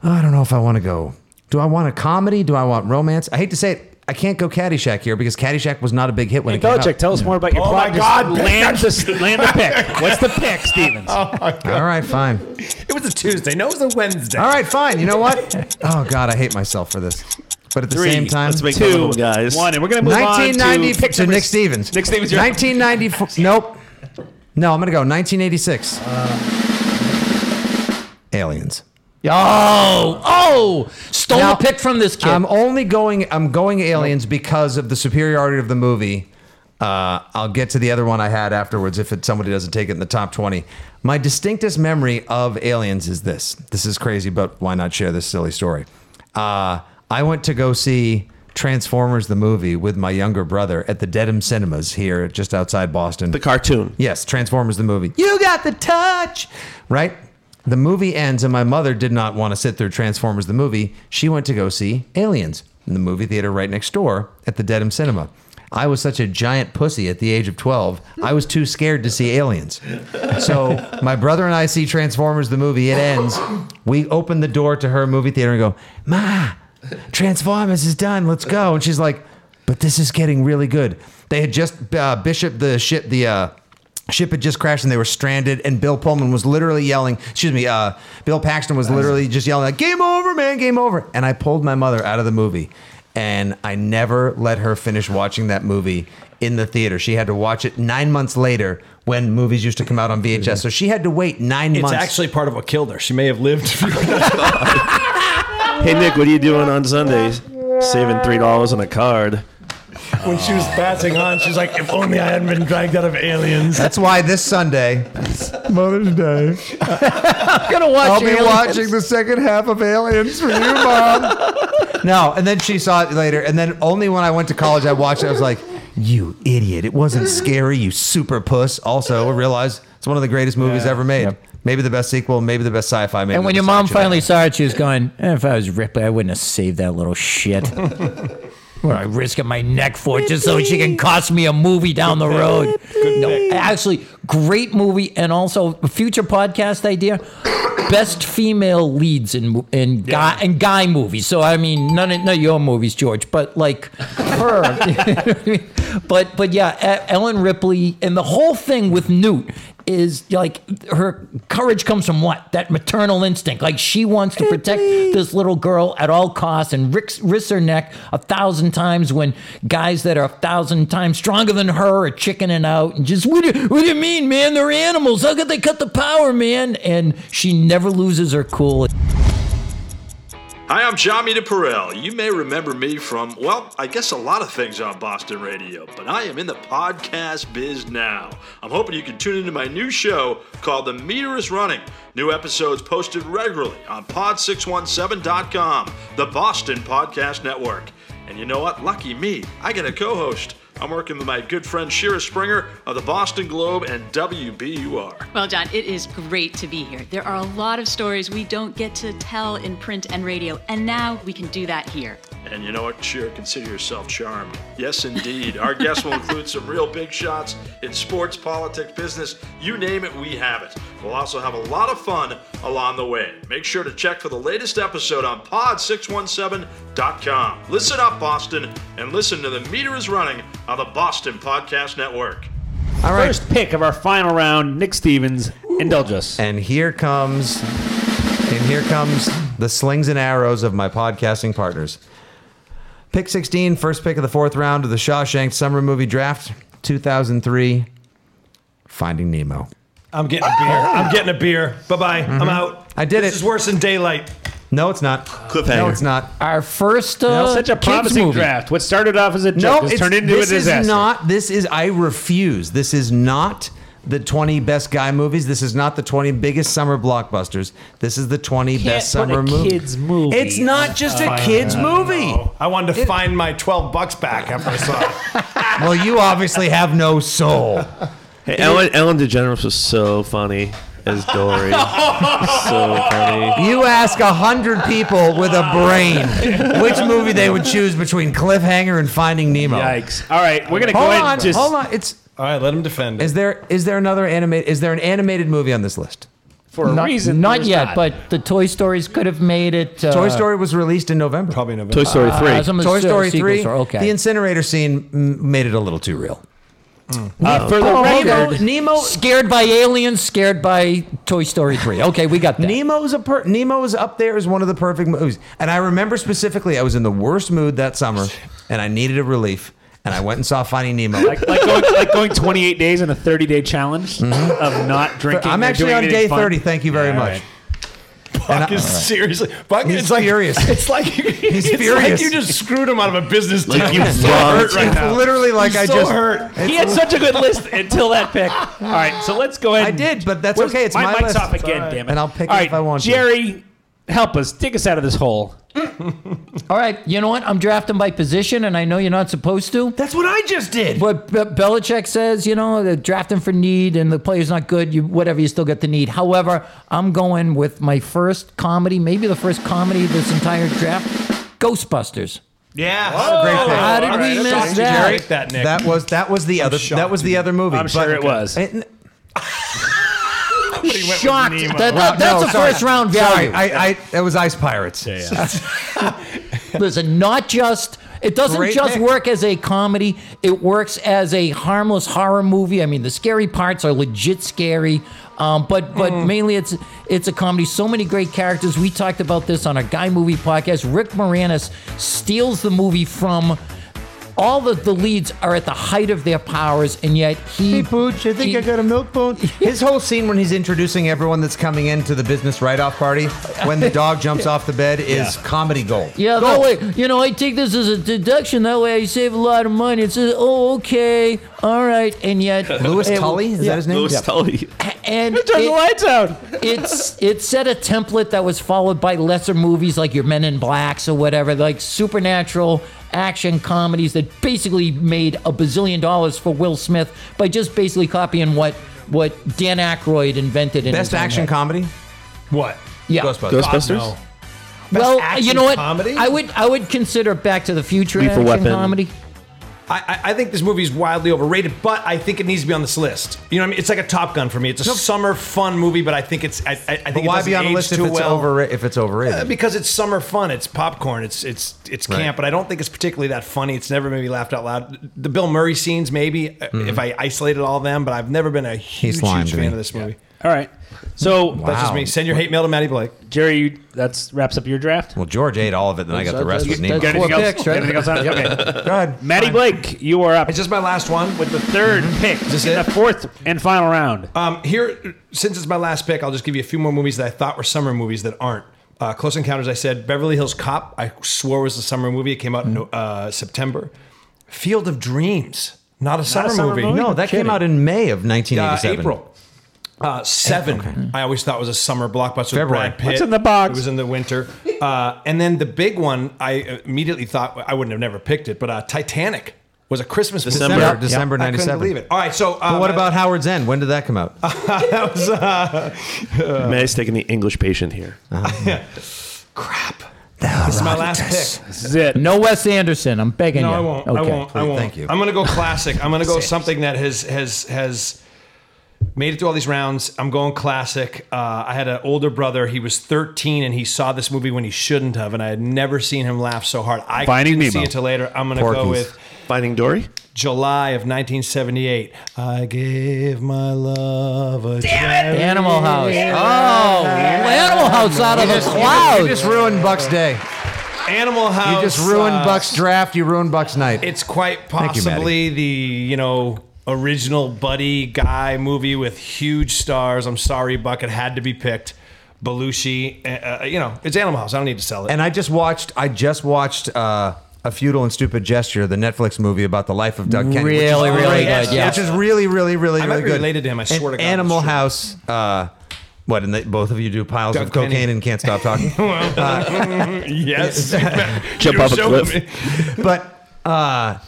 Speaker 7: I don't know if I want to go. Do I want a comedy? Do I want romance? I hate to say it. I can't go Caddyshack here because Caddyshack was not a big hit when
Speaker 6: Hey,
Speaker 7: it came out.
Speaker 6: Belichick, tell us more about your
Speaker 7: Oh
Speaker 6: plot.
Speaker 7: my
Speaker 6: Just
Speaker 7: God,
Speaker 6: land the, land the pick. What's the pick, Stevens?
Speaker 7: All right, fine.
Speaker 9: It was a Tuesday. No, it was a Wednesday.
Speaker 7: All right, fine. You know what? Oh God, I hate myself for this. But at the
Speaker 6: Three.
Speaker 7: same time,
Speaker 6: Let's make fun of them, guys. One, and we're gonna move on to
Speaker 7: 1990
Speaker 6: pick
Speaker 7: to
Speaker 6: number
Speaker 7: Nick
Speaker 6: s-
Speaker 7: Stevens.
Speaker 6: Nick Stevens, you're-
Speaker 7: 1994. Nope. No, I'm gonna go 1986.
Speaker 6: Uh.
Speaker 7: Aliens.
Speaker 3: Oh, oh, stole a pick from this kid.
Speaker 7: I'm only going. I'm going aliens because of the superiority of the movie. Uh, I'll get to the other one I had afterwards if it, somebody doesn't take it in the top 20. My distinctest memory of aliens is this. This is crazy, but why not share this silly story? Uh, I went to go see Transformers the movie with my younger brother at the Dedham Cinemas here just outside Boston. The
Speaker 2: cartoon.
Speaker 7: Yes, Transformers the movie. You got the touch, right? The movie ends, and my mother did not want to sit through Transformers the movie. She went to go see Aliens in the movie theater right next door at the Dedham Cinema. I was such a giant pussy at the age of 12, I was too scared to see aliens. So my brother and I see Transformers the movie, it ends. We open the door to her movie theater and go, Ma, Transformers is done, let's go. And she's like, but this is getting really good. They had just uh, Bishop the ship the uh, ship had just crashed and they were stranded and Bill Pullman was literally yelling. Excuse me, uh, Bill Paxton was literally just yelling like "Game over, man, game over!" And I pulled my mother out of the movie, and I never let her finish watching that movie in the theater. She had to watch it nine months later when movies used to come out on
Speaker 3: Mm-hmm.
Speaker 7: VHS. So she had to wait nine
Speaker 9: It's
Speaker 7: months.
Speaker 9: actually part of what killed her. She may have lived.
Speaker 2: Hey Nick, what are you doing on Sundays? Saving three dollars on a card.
Speaker 9: when she was passing on, she's like, if only I hadn't been dragged out of aliens.
Speaker 7: That's why this Sunday, Mother's Day,
Speaker 3: I'm gonna watch.
Speaker 7: eh? I'll be
Speaker 3: Aliens.
Speaker 7: watching the second half of Aliens for you, Mom. no, and then she saw it later, and then only when I went to college, I watched it. I was like, "You idiot! It wasn't scary, you super puss." Also, I realized it's one of the greatest movies ever made. Maybe the best sequel. Maybe the best sci-fi. Maybe
Speaker 3: And
Speaker 7: the
Speaker 3: when your
Speaker 7: best
Speaker 3: mom
Speaker 7: action ever.
Speaker 3: finally saw it, she was going, "Eh, "If I was Ripley, I wouldn't have saved that little shit. Where I risking my neck for it just so she can cost me a movie down the road." No, actually, great movie, and also a future podcast idea: best female leads in mo- in guy in guy movies. So I mean, none of, none of your movies, George, but like her. but but yeah, E- Ellen Ripley and the whole thing with Newt is like her courage comes from what that maternal instinct. Like she wants to protect this little girl at all costs and risks, risks her neck a thousand times when guys that are a thousand times stronger than her are chickening out and just what do, what do you mean, man? They're animals. How could they cut the power, man? And she never loses her cool.
Speaker 13: Hi, I'm Jami DePerel. You may remember me from, well, I guess a lot of things on Boston Radio, but I am in the podcast biz now. I'm hoping you can tune into my new show called The Meter is Running. New episodes posted regularly on pod617.com, the Boston Podcast Network. And you know what? Lucky me, I get a co host. I'm working with my good friend Shira Springer of the Boston Globe and WBUR.
Speaker 14: Well, John, it is great to be here. There are a lot of stories we don't get to tell in print and radio, and now we can do that here.
Speaker 13: And you know what, Sheer? Consider yourself charmed. Yes, indeed. Our guests will include some real big shots in sports, politics, business, you name it, we have it. We'll also have a lot of fun along the way. Make sure to check for the latest episode on pod617.com. Listen up, Boston, and listen to The Meter is Running on the Boston Podcast Network.
Speaker 7: All right.
Speaker 6: First pick of our final round, Nick Stevens, indulge us.
Speaker 7: And here comes, and here comes the slings and arrows of my podcasting partners. Pick 16, first pick of the fourth round of the Shawshank Summer Movie Draft, 2003. Finding Nemo.
Speaker 9: I'm getting a beer. I'm getting a beer. Bye bye. I'm out.
Speaker 7: Mm-hmm. I did
Speaker 9: this
Speaker 7: it.
Speaker 9: is worse than daylight.
Speaker 7: No, it's not.
Speaker 9: Cliffhanger.
Speaker 7: No, it's not.
Speaker 6: Uh,
Speaker 3: Our first uh,
Speaker 6: Now, such a promising draft. What started off as a
Speaker 7: No,
Speaker 6: joke has
Speaker 7: it's-
Speaker 6: turned into a
Speaker 7: this
Speaker 6: disaster.
Speaker 7: is not. This is. I refuse. This is not the 20 best guy movies. This is not the 20 biggest summer blockbusters. This is the 20 best summer movies.
Speaker 6: movie.
Speaker 7: It's not just a kids movie.
Speaker 9: I wanted to find my 12 bucks back after I saw it.
Speaker 7: well, you obviously have no soul.
Speaker 2: Hey, Ellen Ellen DeGeneres was so funny as Dory. so funny.
Speaker 7: You ask a hundred people with a brain which movie they would choose between Cliffhanger and Finding Nemo.
Speaker 6: Yikes! All right, we're gonna
Speaker 7: hold
Speaker 6: go ahead
Speaker 7: on,
Speaker 6: and just
Speaker 7: hold on. It's
Speaker 9: all right. Let him defend.
Speaker 7: Is there is there another animate? Is there an animated movie on this list?
Speaker 6: for a
Speaker 3: not,
Speaker 6: reason.
Speaker 3: Not
Speaker 6: there's
Speaker 3: yet,
Speaker 6: not.
Speaker 3: but the Toy Stories could have made it. Uh,
Speaker 7: Toy Story was released in November. Probably
Speaker 9: November.
Speaker 7: Toy Story
Speaker 3: Ah,
Speaker 7: 3.
Speaker 3: some of the
Speaker 7: Toy
Speaker 3: se-
Speaker 7: Story
Speaker 3: sequels
Speaker 7: 3.
Speaker 3: are okay.
Speaker 7: The incinerator scene mm, made it a little too real.
Speaker 3: Uh,
Speaker 7: for
Speaker 3: Nemo,
Speaker 7: the record-
Speaker 3: Nemo, scared by aliens, scared by Toy Story three. Okay, we got that.
Speaker 7: Nemo's a per- Nemo's up there is one of the perfect movies. And I remember specifically I was in the worst mood that summer and I needed a relief and I went and saw Finding Nemo.
Speaker 6: like, like going like going 28 days on a 30 day challenge
Speaker 7: Mm-hmm.
Speaker 6: of not drinking.
Speaker 7: I'm
Speaker 6: or
Speaker 7: actually
Speaker 6: doing
Speaker 7: on
Speaker 6: anything
Speaker 7: day
Speaker 6: fun.
Speaker 7: 30. Thank you very
Speaker 6: Yeah, all
Speaker 7: much.
Speaker 6: right.
Speaker 9: Buck is seriously. Buck
Speaker 7: He's
Speaker 9: is like
Speaker 7: furious.
Speaker 9: It's like he's it's
Speaker 7: furious.
Speaker 9: Like you just screwed him out of a business.
Speaker 7: Like
Speaker 9: deal.
Speaker 7: you
Speaker 9: He's so
Speaker 7: robbed
Speaker 9: hurt right
Speaker 7: him.
Speaker 9: now.
Speaker 7: Literally like
Speaker 9: He's
Speaker 7: I
Speaker 9: so
Speaker 7: just-
Speaker 9: hurt.
Speaker 6: He had such a good list until that pick. All right, so let's go ahead.
Speaker 7: I
Speaker 6: and-
Speaker 7: did, but that's
Speaker 6: Where's-
Speaker 7: okay. It's my
Speaker 6: mic's
Speaker 7: list.
Speaker 6: off
Speaker 7: It's
Speaker 6: again,
Speaker 7: all right.
Speaker 6: damn it.
Speaker 7: And I'll pick
Speaker 6: All
Speaker 7: it
Speaker 6: right,
Speaker 7: if I want to.
Speaker 6: Jerry, help us dig us out of this hole.
Speaker 3: All right, you know what? I'm drafting by position, and I know you're not supposed to.
Speaker 11: That's what I just did.
Speaker 3: But Be- Belichick says, you know, they're drafting for need, and the player's not good. You whatever, you still get the need. However, I'm going with my first comedy, maybe the first comedy of this entire draft, Ghostbusters.
Speaker 9: Yeah.
Speaker 7: Great
Speaker 2: Oh,
Speaker 7: pick.
Speaker 3: How did we miss that?
Speaker 9: that, Nick.
Speaker 7: That was that was the other that was the other movie.
Speaker 6: I'm sure it was.
Speaker 7: It-
Speaker 3: Shocked. That, that-
Speaker 7: Wow,
Speaker 3: that's
Speaker 7: no,
Speaker 3: a
Speaker 7: sorry.
Speaker 3: first round
Speaker 7: Sorry,
Speaker 3: value.
Speaker 7: I, I that was Ice Pirates.
Speaker 3: Listen, not just it doesn't
Speaker 7: Great
Speaker 3: just
Speaker 7: pick.
Speaker 3: work as a comedy. It works as a harmless horror movie. I mean, the scary parts are legit scary, um, but but
Speaker 7: Mm.
Speaker 3: mainly it's it's a comedy. So many great characters. We talked about this on our Guy Movie podcast. Rick Moranis steals the movie from. All the, the leads are at the height of their powers, and yet he.
Speaker 7: Hey, Pooch, I think I got a milk bone. His whole scene when he's introducing everyone that's coming into the business write-off party, when the dog jumps off the bed, is
Speaker 3: Yeah.
Speaker 7: comedy gold.
Speaker 3: Yeah, that way, you know, I take this as a deduction. That way I save a lot of money. It's just, oh, okay, all right. And yet.
Speaker 7: Louis
Speaker 3: it-
Speaker 7: Tully is
Speaker 3: yeah.
Speaker 7: that his name? Yeah.
Speaker 3: And
Speaker 6: Turn the
Speaker 3: it-
Speaker 6: lights out.
Speaker 3: it's it set a template that was followed by lesser movies like your Men in Blacks or whatever, like supernatural action comedies that basically made a bazillion dollars for Will Smith by just basically copying what what Dan Aykroyd invented in
Speaker 7: Best
Speaker 3: his own
Speaker 7: action
Speaker 3: head.
Speaker 7: comedy.
Speaker 9: What?
Speaker 3: Yeah.
Speaker 7: Ghostbusters.
Speaker 9: Ghostbusters? God,
Speaker 3: well,
Speaker 9: action
Speaker 3: you know what?
Speaker 9: comedy?
Speaker 3: I would I would consider Back to the Future an
Speaker 9: Lethal
Speaker 3: action
Speaker 9: Weapon.
Speaker 3: comedy.
Speaker 9: I, I I think this movie is wildly overrated, but I think it needs to be on this list. You know what I mean? It's like a Top Gun for me. It's a summer fun movie, but I think it's I, I, I think
Speaker 7: But
Speaker 9: it
Speaker 7: why
Speaker 9: doesn't
Speaker 7: be on a
Speaker 9: age
Speaker 7: list if
Speaker 9: too
Speaker 7: it's
Speaker 9: well.
Speaker 7: over if it's
Speaker 9: Uh,
Speaker 7: overrated?
Speaker 9: because it's summer fun. It's popcorn. It's it's it's
Speaker 7: Right.
Speaker 9: camp, but I don't think it's particularly that funny. It's never made me laugh out loud. The Bill Murray scenes, maybe uh,
Speaker 7: Mhm.
Speaker 9: if I isolated all of them, but I've never been a huge,
Speaker 7: lying
Speaker 9: huge
Speaker 7: to
Speaker 9: fan
Speaker 7: me.
Speaker 9: of this movie.
Speaker 6: All right, so
Speaker 9: That's just me. Send your hate mail to Maddie Blake.
Speaker 6: Jerry, you, that's wraps up your draft.
Speaker 7: Well, George ate all of it, then I got the rest with Nemo.
Speaker 6: Got anything else? Got anything else on it? Okay.
Speaker 7: Go ahead.
Speaker 6: Maddie Blake, you are up. It's
Speaker 9: just my last one
Speaker 6: with the 3rd pick. Is
Speaker 9: it?
Speaker 6: The fourth and final round.
Speaker 9: Um, here, since it's my last pick, I'll just give you a few more movies that I thought were summer movies that aren't. Uh, Close Encounters, I said. Beverly Hills Cop, I swore was a summer movie. It came out in uh, September. Field of Dreams, not a summer, movie.
Speaker 7: No, that came out in May of
Speaker 9: uh,
Speaker 7: 1987.
Speaker 9: April. Uh, seven, I always thought was a summer blockbuster.
Speaker 7: February.
Speaker 9: With Brad Pitt.
Speaker 6: What's in the box?
Speaker 9: It was in the winter. Uh, and then the big one, I immediately thought I wouldn't have never picked it, but uh, Titanic was a Christmas
Speaker 7: December,
Speaker 9: movie.
Speaker 7: December
Speaker 9: I
Speaker 7: 97.
Speaker 9: couldn't believe it. All right, so uh,
Speaker 7: But what about Howard's End? When did that come out?
Speaker 9: that was uh,
Speaker 12: Maddie's taking the English patient here.
Speaker 9: this is my last pick.
Speaker 6: This is it.
Speaker 3: No Wes Anderson. I'm begging
Speaker 9: No,
Speaker 3: you.
Speaker 9: I won't. I
Speaker 3: Okay.
Speaker 9: won't. I won't. I'm going to go classic. I'm going to go something that has has has made it through all these rounds. I'm going classic. Uh, I had an older brother. He was 13 and he saw this movie when he shouldn't have, and I had never seen him laugh so hard. I
Speaker 6: Finding
Speaker 9: didn't see
Speaker 6: Nemo.
Speaker 9: it till later. I'm going to go
Speaker 12: Porky's.
Speaker 9: with
Speaker 12: Finding Dory?
Speaker 9: July of 1978. I gave my love a
Speaker 3: The
Speaker 9: Damn
Speaker 3: Animal House. Oh, Animal House out of
Speaker 7: You
Speaker 3: the
Speaker 7: just- you
Speaker 3: clouds.
Speaker 7: just ruined Buck's day.
Speaker 9: Animal House.
Speaker 7: You just ruined
Speaker 9: uh,
Speaker 7: Buck's draft. You ruined Buck's night.
Speaker 9: It's quite
Speaker 7: Thank you, Maddie.
Speaker 9: possibly the you know original buddy guy movie with huge stars. I'm sorry, Buck, it had to be picked. Belushi, uh, uh, you know, it's Animal House. I don't need to sell it.
Speaker 7: And I just watched. I just watched. Uh, a futile and stupid gesture, the Netflix movie about the life of Doug Kenny. which is
Speaker 3: Really, really
Speaker 7: great,
Speaker 3: good, yeah.
Speaker 7: which is really, really, really,
Speaker 9: I might
Speaker 7: really
Speaker 9: be
Speaker 7: good.
Speaker 9: related to him, I
Speaker 7: And
Speaker 9: swear to God, that's
Speaker 7: Animal
Speaker 9: true.
Speaker 7: House. Uh, what? And they, both of you do piles
Speaker 9: Doug
Speaker 7: of cocaine
Speaker 9: Kenny.
Speaker 7: and can't stop talking.
Speaker 9: yes,
Speaker 12: Jump
Speaker 9: You
Speaker 12: off a
Speaker 9: showed
Speaker 12: cliff.
Speaker 9: me.
Speaker 7: but uh,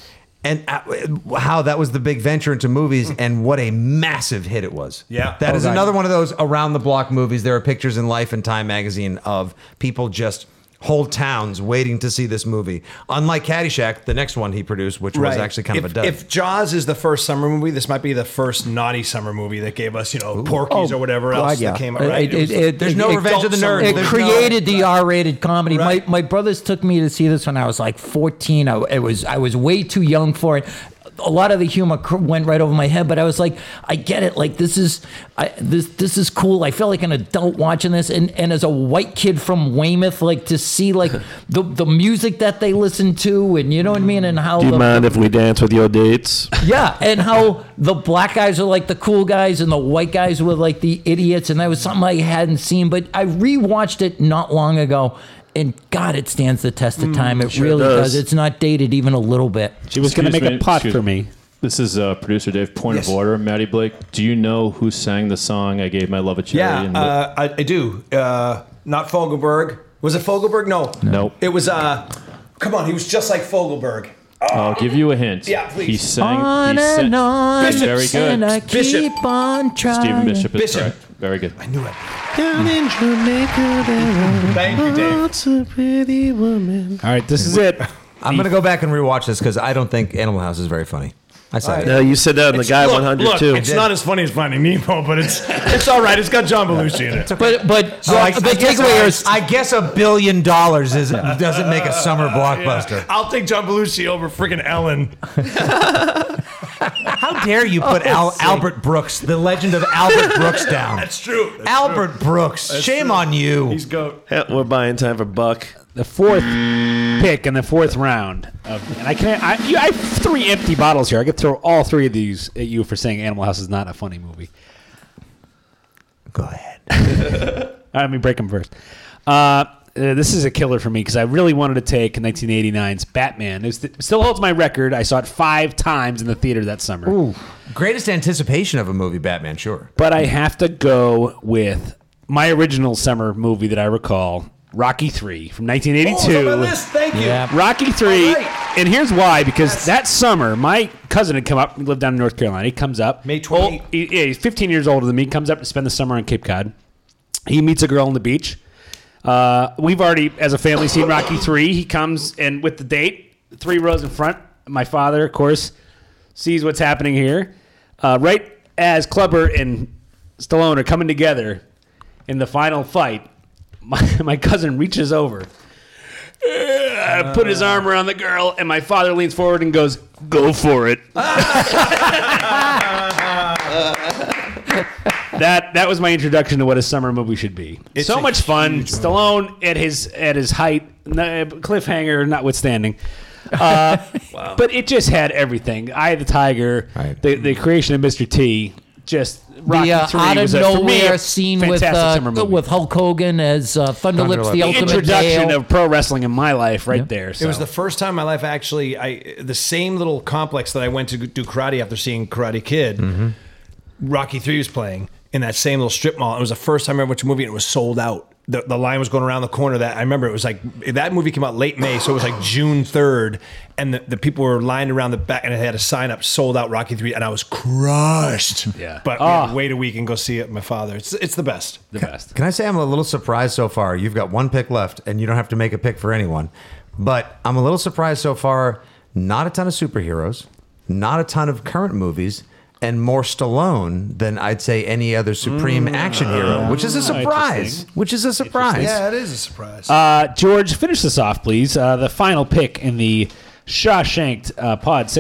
Speaker 7: and uh, how that was the big venture into movies, and what a massive hit it was.
Speaker 9: Hmm. Yeah.
Speaker 7: that
Speaker 9: Oh,
Speaker 7: is
Speaker 9: God.
Speaker 7: another one of those around the block movies. There are pictures in Life and Time magazine of people just whole towns waiting to see this movie. Unlike Caddyshack, the next one he produced, which was actually kind
Speaker 9: if,
Speaker 7: of a dud.
Speaker 9: If Jaws is the first summer movie, this might be the first naughty summer movie that gave us, you know, Porky's
Speaker 3: Oh,
Speaker 9: or whatever
Speaker 3: God,
Speaker 9: else
Speaker 3: yeah.
Speaker 9: that came out.
Speaker 3: It-
Speaker 9: Right?
Speaker 3: it- it- it- it- It created the R-rated comedy. My my brothers took me to see this when I was like 14. I it was I was way too young for it. A lot of the humor cr- went right over my head, but I was like, I get it. Like this is I, this this is cool. I felt like an adult watching this, and and as a white kid from Weymouth, like to see like the the music that they listen to, and you know what I mean, and how
Speaker 12: Do you
Speaker 3: the,
Speaker 12: mind if we dance with your dates?
Speaker 3: yeah, and how the black guys are like the cool guys and the white guys were like the idiots, and that was something I hadn't seen. But I rewatched it not long ago, and God, it stands the test
Speaker 6: Mm,
Speaker 3: of time. it
Speaker 8: sure
Speaker 3: really
Speaker 8: does.
Speaker 3: does. It's not dated even a little bit.
Speaker 8: She This is uh, producer Dave. Point
Speaker 3: Yes.
Speaker 8: of order, Maddie Blake. Do you know who sang the song "I Gave My Love a Charity"?
Speaker 9: Yeah,
Speaker 8: and what-
Speaker 9: uh, I, I do. Uh, not Fogelberg. Was it Fogelberg? No.
Speaker 8: Nope.
Speaker 9: It was. Uh, come on, he was just like Fogelberg.
Speaker 8: I'll give you a hint.
Speaker 9: Yeah, please.
Speaker 8: He sang.
Speaker 3: On
Speaker 8: he sang-
Speaker 3: and on,
Speaker 8: Bishop. Very good.
Speaker 3: and I
Speaker 8: Bishop.
Speaker 3: keep on trying.
Speaker 8: Stephen Bishop is correct. Very good. I
Speaker 9: knew it.
Speaker 2: Down in Jamaica, there are
Speaker 9: Thank you, Dave.
Speaker 2: lots of pretty women.
Speaker 6: All right, this is it.
Speaker 7: I'm going to go back and rewatch this because I don't think Animal House is very funny. I said
Speaker 9: All right.
Speaker 7: it.
Speaker 9: No, you
Speaker 12: Uh, said that in
Speaker 9: It's- look, look, It's not as funny as Finding Nemo, but it's it's all right. It's got John Belushi in it.
Speaker 3: But but
Speaker 7: So I, I guess I- I guess a billion dollars is doesn't make a summer blockbuster.
Speaker 9: I'll take John Belushi over freaking Ellen.
Speaker 7: How dare you put
Speaker 9: Oh,
Speaker 7: Al,
Speaker 9: sick.
Speaker 7: Albert Brooks, the legend of Albert Brooks, down?
Speaker 9: That's true. That's
Speaker 7: Albert Brooks, shame on you.
Speaker 9: He's goat.
Speaker 12: Hell, we're buying time for Buck.
Speaker 6: The fourth pick in the fourth round. Of, and I can't. I, you, I have three empty bottles here. I could throw all three of these at you for saying Animal House is not a funny movie. Go ahead. let me break them first. Uh, uh, this is a killer for me because I really wanted to take 1989's Batman. It was the- still holds my record. I saw it five times in the theater that summer.
Speaker 7: Greatest anticipation of a movie, Batman, sure.
Speaker 6: But I have to go with my original summer movie that I recall, Rocky Three from 1982.
Speaker 9: Oh, it's on my list. Thank you. Yeah.
Speaker 6: Rocky Three. And here's why: because that summer, my cousin had come up. We lived down in North Carolina. He comes up. May 28. yeah, he's 15 years older than me. Comes up to spend the summer on Cape Cod. He meets a girl on the beach. Uh, we've already, as a family, seen Rocky Three. He comes and with the date, three rows in front. My father, of course, sees what's happening here. Uh, right as Clubber and Stallone are coming together in the final fight, my, my cousin reaches over, uh, put his arm around the girl, and my father leans forward and goes, "Go for it." that that was my introduction to what a summer movie should be. so much fun. Stallone at his at his height, n- cliffhanger notwithstanding. Uh, But it just had everything. I the Tiger, the, the creation of Mr. T, just Rocky
Speaker 3: the uh,
Speaker 6: Three
Speaker 3: out
Speaker 6: was
Speaker 3: of
Speaker 6: a, for me,
Speaker 3: nowhere
Speaker 6: a
Speaker 3: scene with
Speaker 6: fantastic
Speaker 3: uh,
Speaker 6: summer movie.
Speaker 3: with Hulk Hogan as uh, Thunder Lips, the ultimate
Speaker 6: introduction
Speaker 3: Male.
Speaker 6: of pro wrestling in my life, right there.
Speaker 9: It was the first time in my life actually. I the same little complex that I went to do karate after seeing Karate Kid. Rocky Three was playing in that same little strip mall. It was the first time I ever went to a movie and it was sold out. The, the line was going around the corner. That I remember it was like that movie came out late May, so it was like June third, and the, the people were lined around the back, and it had a sign up "Sold Out Rocky 3 and I was crushed. Yeah, but we had to wait a week and go see it. with My father, it's it's the best.
Speaker 6: The best.
Speaker 7: Can I say I'm a little surprised so far? You've got one pick left, and you don't have to make a pick for anyone. But I'm a little surprised so far. Not a ton of superheroes, not a ton of current movies, and more Stallone than I'd say any other supreme action hero, which is a
Speaker 9: Ah,
Speaker 7: surprise.
Speaker 9: Mm, interesting.
Speaker 7: Which is a surprise.
Speaker 9: Yeah, it is a surprise.
Speaker 6: Uh, George, finish this off, please. Uh, the final pick in the Shawshanked uh, Pod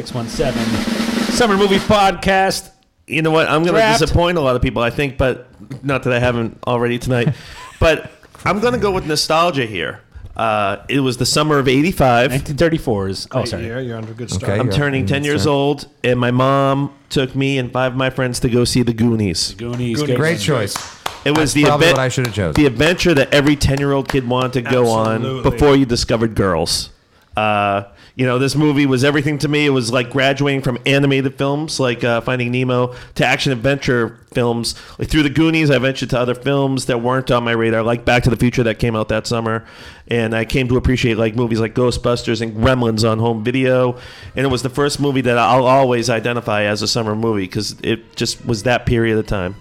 Speaker 6: 617 Summer Movie Podcast.
Speaker 12: You know what? I'm going to
Speaker 6: Draft.
Speaker 12: disappoint a lot of people, I think, but not that I haven't already tonight. but I'm going to go with nostalgia here. Uh, it was the summer of '85.
Speaker 6: 1934's.
Speaker 9: Great year. you're under a good start.
Speaker 12: I'm turning 10 years old, and my mom took me and five of my friends to go see the Goonies.
Speaker 6: Goonies.
Speaker 7: Goonies. Great choice.
Speaker 12: It
Speaker 7: That's
Speaker 12: was the
Speaker 7: probably
Speaker 12: event-
Speaker 7: what I should have chosen.
Speaker 12: The adventure that every 10 year old kid wanted to go on
Speaker 7: Absolutely.
Speaker 12: before you discovered girls. Uh, you know, this movie was everything to me. It was like graduating from animated films like uh, Finding Nemo to action adventure films. Like through the Goonies, I ventured to other films that weren't on my radar, like Back to the Future that came out that summer. And I came to appreciate like movies like Ghostbusters and Gremlins on home video. And it was the first movie that I'll always identify as a summer movie because it just was that period of time.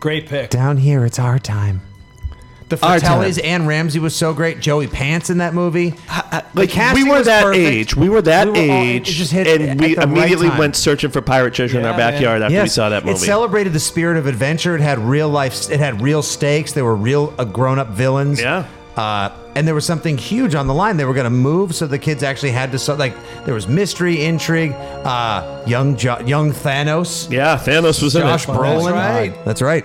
Speaker 9: Great pick.
Speaker 7: Down here, it's our time. The
Speaker 2: Our time. Uh,
Speaker 7: Fratellis, Anne Ramsey was so great. Joey Pants in that movie.
Speaker 2: Like we were that age, we were that
Speaker 7: We were all- it
Speaker 2: age,
Speaker 7: just hit at
Speaker 2: and we
Speaker 7: the right
Speaker 2: immediately
Speaker 7: time.
Speaker 2: went searching for pirate treasure in our backyard after we
Speaker 7: Yes.
Speaker 2: saw that
Speaker 7: It
Speaker 2: movie.
Speaker 7: celebrated the spirit of adventure. It had real life. It had real stakes. There were real uh, grown-up villains. Yeah. Uh, and there was something huge on the line. They were going to move, so the kids actually had to. So, like, there was mystery, intrigue. Uh, young, jo- young Thanos.
Speaker 2: Yeah, Thanos was
Speaker 6: in it.
Speaker 7: Josh Brolin.
Speaker 6: That's right.
Speaker 7: That's right.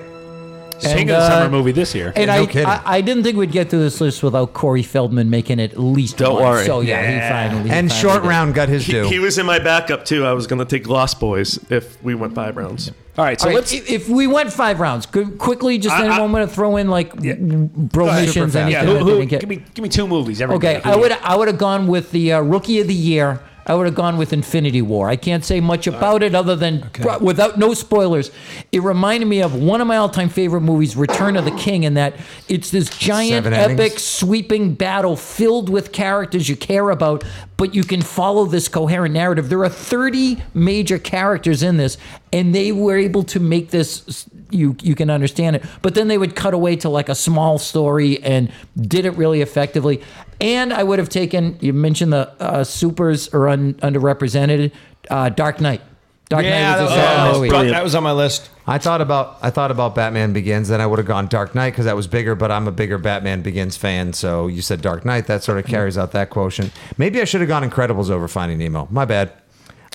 Speaker 6: Speaking of
Speaker 3: uh,
Speaker 6: summer movie this year,
Speaker 3: And I, I, I didn't think we'd get through this list without Corey Feldman making it at least
Speaker 2: Don't
Speaker 3: one.
Speaker 2: worry.
Speaker 3: So yeah, he finally. he finally did.
Speaker 2: He- He, was in my backup too. I was going to take Lost Boys if we went five rounds.
Speaker 6: All right,
Speaker 3: All right, i- If we went five rounds, could, quickly, just
Speaker 2: I-
Speaker 3: anyone want to throw in like bro missions, anything
Speaker 6: Yeah, who,
Speaker 3: that
Speaker 6: who,
Speaker 3: didn't get-
Speaker 6: give me give me two movies. Every
Speaker 3: Okay, I would I would have gone with the uh, rookie of the year. I would have gone with Infinity War. I can't say much about it other than bro- without no spoilers. It reminded me of one of my all-time favorite movies, Return of the King, in that it's this giant
Speaker 7: Seven
Speaker 3: epic
Speaker 7: innings.
Speaker 3: sweeping battle filled with characters you care about, but you can follow this coherent narrative. There are 30 major characters in this, and they were able to make this you you can understand it. But then they would cut away to like a small story and did it really effectively. And I would have taken you mentioned the uh, supers are un, underrepresented. Uh, Dark Knight. Dark Knight was a solid movie.
Speaker 7: was on my list. I thought about I thought about Batman Begins, then I would have gone Dark Knight because that was bigger. But I'm a bigger Batman Begins fan, so you said Dark Knight. That sort of carries out that quotient. Maybe I should have gone Incredibles over Finding Nemo. My bad.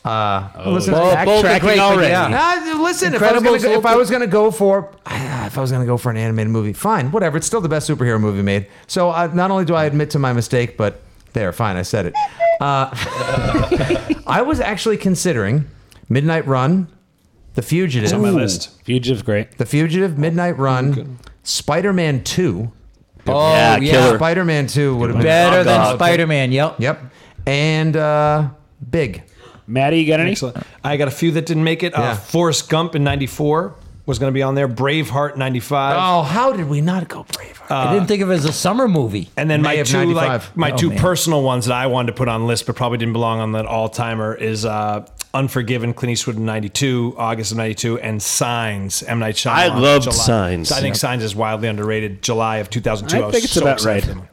Speaker 7: Uh,
Speaker 6: Oh, Well, both are great, but yeah.
Speaker 7: Nah, listen, if I was gonna
Speaker 6: Incredibles
Speaker 7: go- if
Speaker 6: open-
Speaker 7: I was going to go for ah, if I was going to go for an animated movie, fine, whatever. It's still the best superhero movie made. So uh, not only do I admit to my mistake, but there, fine, I said it. Uh, I was actually considering Midnight Run, The Fugitive.
Speaker 6: It's on my list.
Speaker 7: Fugitive's great. The Fugitive, Midnight Run, Spider Man Two.
Speaker 3: Oh, Yeah, yeah. killer.
Speaker 7: Spider Man Two would have been
Speaker 3: Better
Speaker 7: Oh,
Speaker 3: than
Speaker 7: God.
Speaker 3: Spider-Man, Yep.
Speaker 7: Yep. And uh, Big.
Speaker 6: Maddie, you got any?
Speaker 9: Excellent. I got a few that didn't make it.
Speaker 7: Yeah.
Speaker 9: Uh, Forrest Gump in '94 was going to be on there. Braveheart '95.
Speaker 7: Oh, how did we not go Braveheart?
Speaker 3: I didn't think of it as a summer movie.
Speaker 9: And then
Speaker 3: May
Speaker 9: my
Speaker 3: of
Speaker 9: two
Speaker 3: 95.
Speaker 9: like my
Speaker 3: Oh,
Speaker 9: two
Speaker 3: man.
Speaker 9: personal ones that I wanted to put on the list but probably didn't belong on that all timer is uh, Unforgiven, Clint Eastwood in '92, August of '92, and Signs, M Night Shyamalan.
Speaker 2: I loved
Speaker 9: July.
Speaker 2: Signs.
Speaker 9: So I think
Speaker 2: Yep.
Speaker 9: Signs is wildly underrated. July of 2002.
Speaker 2: I
Speaker 9: was
Speaker 2: think it's
Speaker 9: so
Speaker 2: about
Speaker 9: excited
Speaker 2: right.
Speaker 9: for them.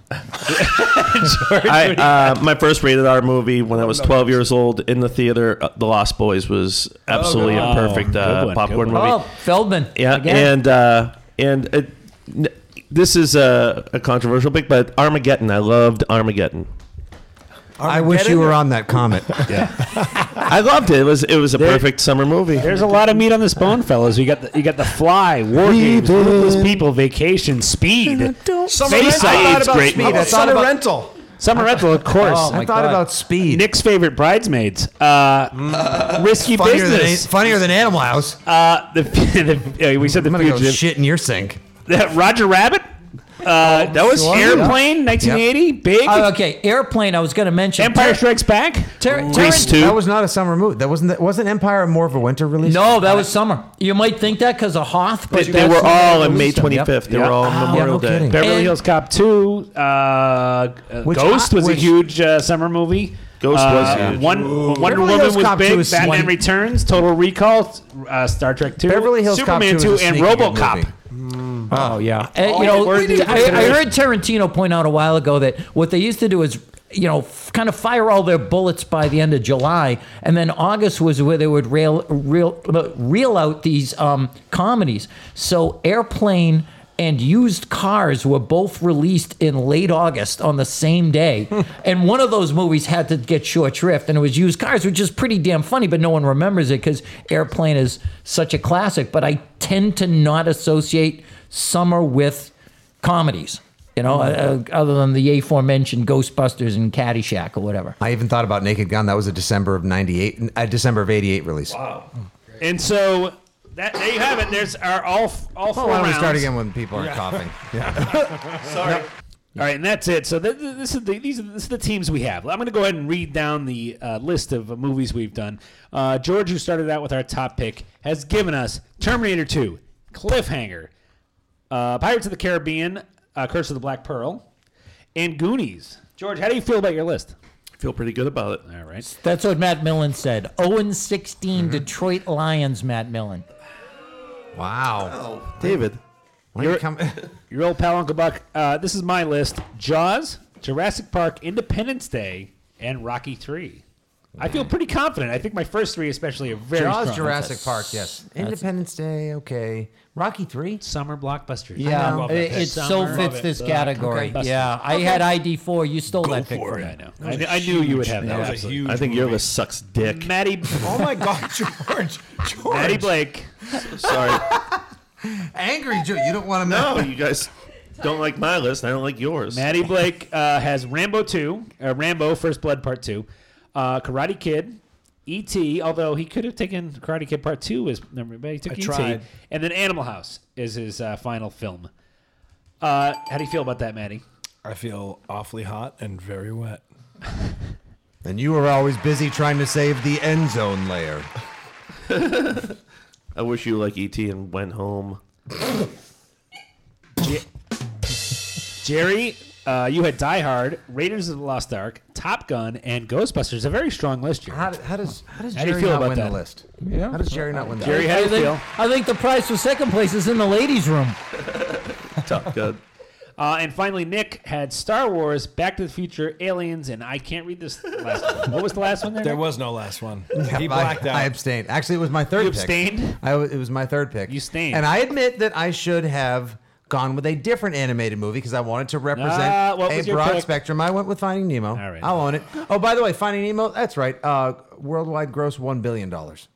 Speaker 2: I, uh, my first rated R movie when I was 12 years old in the theater, uh, The Lost Boys was absolutely
Speaker 3: good
Speaker 2: a
Speaker 6: Oh,
Speaker 3: one.
Speaker 2: perfect
Speaker 3: Good
Speaker 2: uh,
Speaker 3: one, good
Speaker 2: popcorn
Speaker 3: one.
Speaker 2: movie.
Speaker 3: Oh, Feldman.
Speaker 2: Yeah,
Speaker 3: Again.
Speaker 2: and uh, and it, n- this is a, a controversial pick, but Armageddon. I loved Armageddon.
Speaker 7: I wish you were on that comment.
Speaker 2: I loved it. It was it was a perfect summer movie.
Speaker 6: There's a lot of meat on this bone, fellas. You got the, you got the Fly, War Games, Ruthless People, Vacation, Speed,
Speaker 9: Summer Rental.
Speaker 6: Face
Speaker 9: I thought
Speaker 6: Off.
Speaker 9: about Speed. I thought about-
Speaker 6: Summer rental, of course.
Speaker 9: Oh, my I thought God. about
Speaker 7: Speed.
Speaker 6: Nick's favorite bridesmaids. Uh, risky
Speaker 7: funnier than-
Speaker 6: business.
Speaker 7: funnier than Animal House.
Speaker 6: Uh, the, the, uh, we said the
Speaker 7: I'm gonna go
Speaker 6: fugitive.
Speaker 7: shit in your sink.
Speaker 6: Roger Rabbit. Uh, that was
Speaker 3: sure,
Speaker 6: Airplane,
Speaker 3: yeah.
Speaker 6: 1980. Big.
Speaker 3: Oh, okay, Airplane. I was going to mention
Speaker 6: Empire Strikes Back.
Speaker 3: Ter- Terrence-
Speaker 7: That was not a summer movie. That wasn't. That, wasn't Empire more of a winter release?
Speaker 3: No, that was summer. You might think that because of Hoth, but
Speaker 7: They-
Speaker 2: they
Speaker 3: that's
Speaker 2: were
Speaker 3: when
Speaker 2: all on May
Speaker 3: released them. Yep. Ah,
Speaker 2: 25th. They were all on
Speaker 3: Yeah,
Speaker 2: Memorial
Speaker 3: no
Speaker 2: Day.
Speaker 3: kidding.
Speaker 6: Beverly
Speaker 3: And-
Speaker 6: Hills Cop 2. Uh, uh,
Speaker 2: Which
Speaker 6: Ghost
Speaker 2: I-
Speaker 6: was
Speaker 2: which-
Speaker 6: a huge uh, summer movie.
Speaker 2: Ghost
Speaker 6: Uh,
Speaker 2: was huge.
Speaker 6: One,
Speaker 2: Ooh.
Speaker 6: Wonder
Speaker 2: Beverly
Speaker 6: Woman
Speaker 2: Hills
Speaker 6: was
Speaker 2: Cop 2
Speaker 6: big.
Speaker 2: was
Speaker 6: Batman
Speaker 2: swank.
Speaker 6: Returns, Total Recall, uh, Star Trek 2,
Speaker 7: Beverly Hills Cop
Speaker 6: Superman
Speaker 7: 2 was a
Speaker 6: and
Speaker 7: sneaky good
Speaker 6: RoboCop.
Speaker 7: movie.
Speaker 6: Oh yeah,
Speaker 3: And, you know, I, I heard Tarantino point out a while ago that what they used to do is, you know, f- kind of fire all their bullets by the end of July, and then August was where they would rail, reel, uh, reel out these um, comedies. So Airplane and Used Cars were both released in late August on the same day, and one of those movies had to get short shrift, and it was Used Cars, which is pretty damn funny, but no one remembers it because Airplane is such a classic. But I tend to not associate summer with comedies. You know, uh, uh, other than the aforementioned Ghostbusters and Caddyshack or whatever.
Speaker 7: I even thought about Naked Gun. That was a December of '98, a December of '88 release. Wow.
Speaker 6: And so that there you have it. There's our all all four
Speaker 7: Oh, why don't we
Speaker 6: rounds.
Speaker 7: start again when people aren't coughing?
Speaker 6: Sorry. All right, and that's it. So th- th- this is the, these are, this is the teams we have. I'm going to go ahead and read down the uh, list of uh, movies we've done. Uh, George, who started out with our top pick, has given us Terminator 2, Cliffhanger, uh, Pirates of the Caribbean, uh, Curse of the Black Pearl, and Goonies. George, how do you feel about your list?
Speaker 2: I feel pretty good about it.
Speaker 6: All right.
Speaker 3: That's what Matt Millen said. 0 Mm-hmm. 16 Detroit Lions, Matt Millen.
Speaker 7: Wow.
Speaker 2: David,
Speaker 6: Your, your old pal Uncle Buck. Uh, this is my list: Jaws, Jurassic Park, Independence Day, and Rocky Three. I feel pretty confident. I think my first three, especially, are very
Speaker 7: Jaws,
Speaker 6: strong.
Speaker 7: Jurassic Park, yes. Independence Day, okay. Rocky Three,
Speaker 6: summer blockbusters.
Speaker 7: I
Speaker 3: Yeah,
Speaker 7: love
Speaker 3: it,
Speaker 7: it.
Speaker 3: it so
Speaker 7: Summer
Speaker 3: fits
Speaker 7: of
Speaker 3: this
Speaker 7: it.
Speaker 3: category.
Speaker 7: Okay.
Speaker 3: Yeah, I
Speaker 7: Okay.
Speaker 3: had ID4. You stole
Speaker 7: Go
Speaker 3: that pick
Speaker 7: for
Speaker 3: from
Speaker 7: it.
Speaker 3: me. I know.
Speaker 6: I, I knew you would have that.
Speaker 12: That was a
Speaker 6: absolutely.
Speaker 12: I think your list sucks dick.
Speaker 6: Maddie. Oh
Speaker 9: my God, George. George.
Speaker 6: Maddie Blake.
Speaker 12: Sorry.
Speaker 7: Angry Joe. You don't want to
Speaker 12: No, you guys don't like my list. and I don't like yours.
Speaker 6: Maddie Blake uh, has Rambo 2, uh, Rambo First Blood Part 2, uh, Karate Kid, E.T., although he could have taken Karate Kid Part 2 as number, but he took
Speaker 9: I
Speaker 6: E.T.,
Speaker 9: tried.
Speaker 6: and then Animal House is his uh, final film. Uh, how do you feel about that, Maddie?
Speaker 9: I feel awfully hot and very wet.
Speaker 7: and you were always busy trying to save the end zone layer.
Speaker 12: I wish you
Speaker 2: E
Speaker 12: like ET and went home.
Speaker 6: Jerry, uh, you had Die Hard, Raiders of the Lost Ark, Top Gun, and Ghostbusters. A very strong list, Jerry.
Speaker 7: How, how does how does
Speaker 6: How do you
Speaker 7: Jerry
Speaker 6: feel
Speaker 7: not
Speaker 6: about
Speaker 7: win
Speaker 6: that?
Speaker 7: the list?
Speaker 3: Yeah.
Speaker 7: How does Jerry not win the
Speaker 6: Jerry,
Speaker 7: list?
Speaker 6: how do
Speaker 3: I
Speaker 6: you
Speaker 3: think,
Speaker 6: feel?
Speaker 3: I think the prize for second place is in the ladies' room.
Speaker 12: Top Gun.
Speaker 6: Uh, and finally, Nick had Star Wars, Back to the Future, Aliens, and I can't read this last one. What was the last one there?
Speaker 9: There
Speaker 6: Nick?
Speaker 9: was no last one.
Speaker 7: Yeah,
Speaker 9: He
Speaker 7: I-
Speaker 9: blacked out.
Speaker 7: I abstained. Actually, it was my third.
Speaker 6: You
Speaker 7: pick.
Speaker 6: abstained?
Speaker 7: I w- it was my third pick. You
Speaker 6: abstained.
Speaker 7: And I admit that I should have gone with a different animated movie because I wanted to
Speaker 4: Uh,
Speaker 7: represent
Speaker 6: Ah, what
Speaker 7: a
Speaker 6: was your
Speaker 7: broad
Speaker 6: pick?
Speaker 7: spectrum. I went with Finding Nemo. All right, I'll own it. Oh, by the way, Finding Nemo. That's right. Uh, worldwide gross one billion dollars.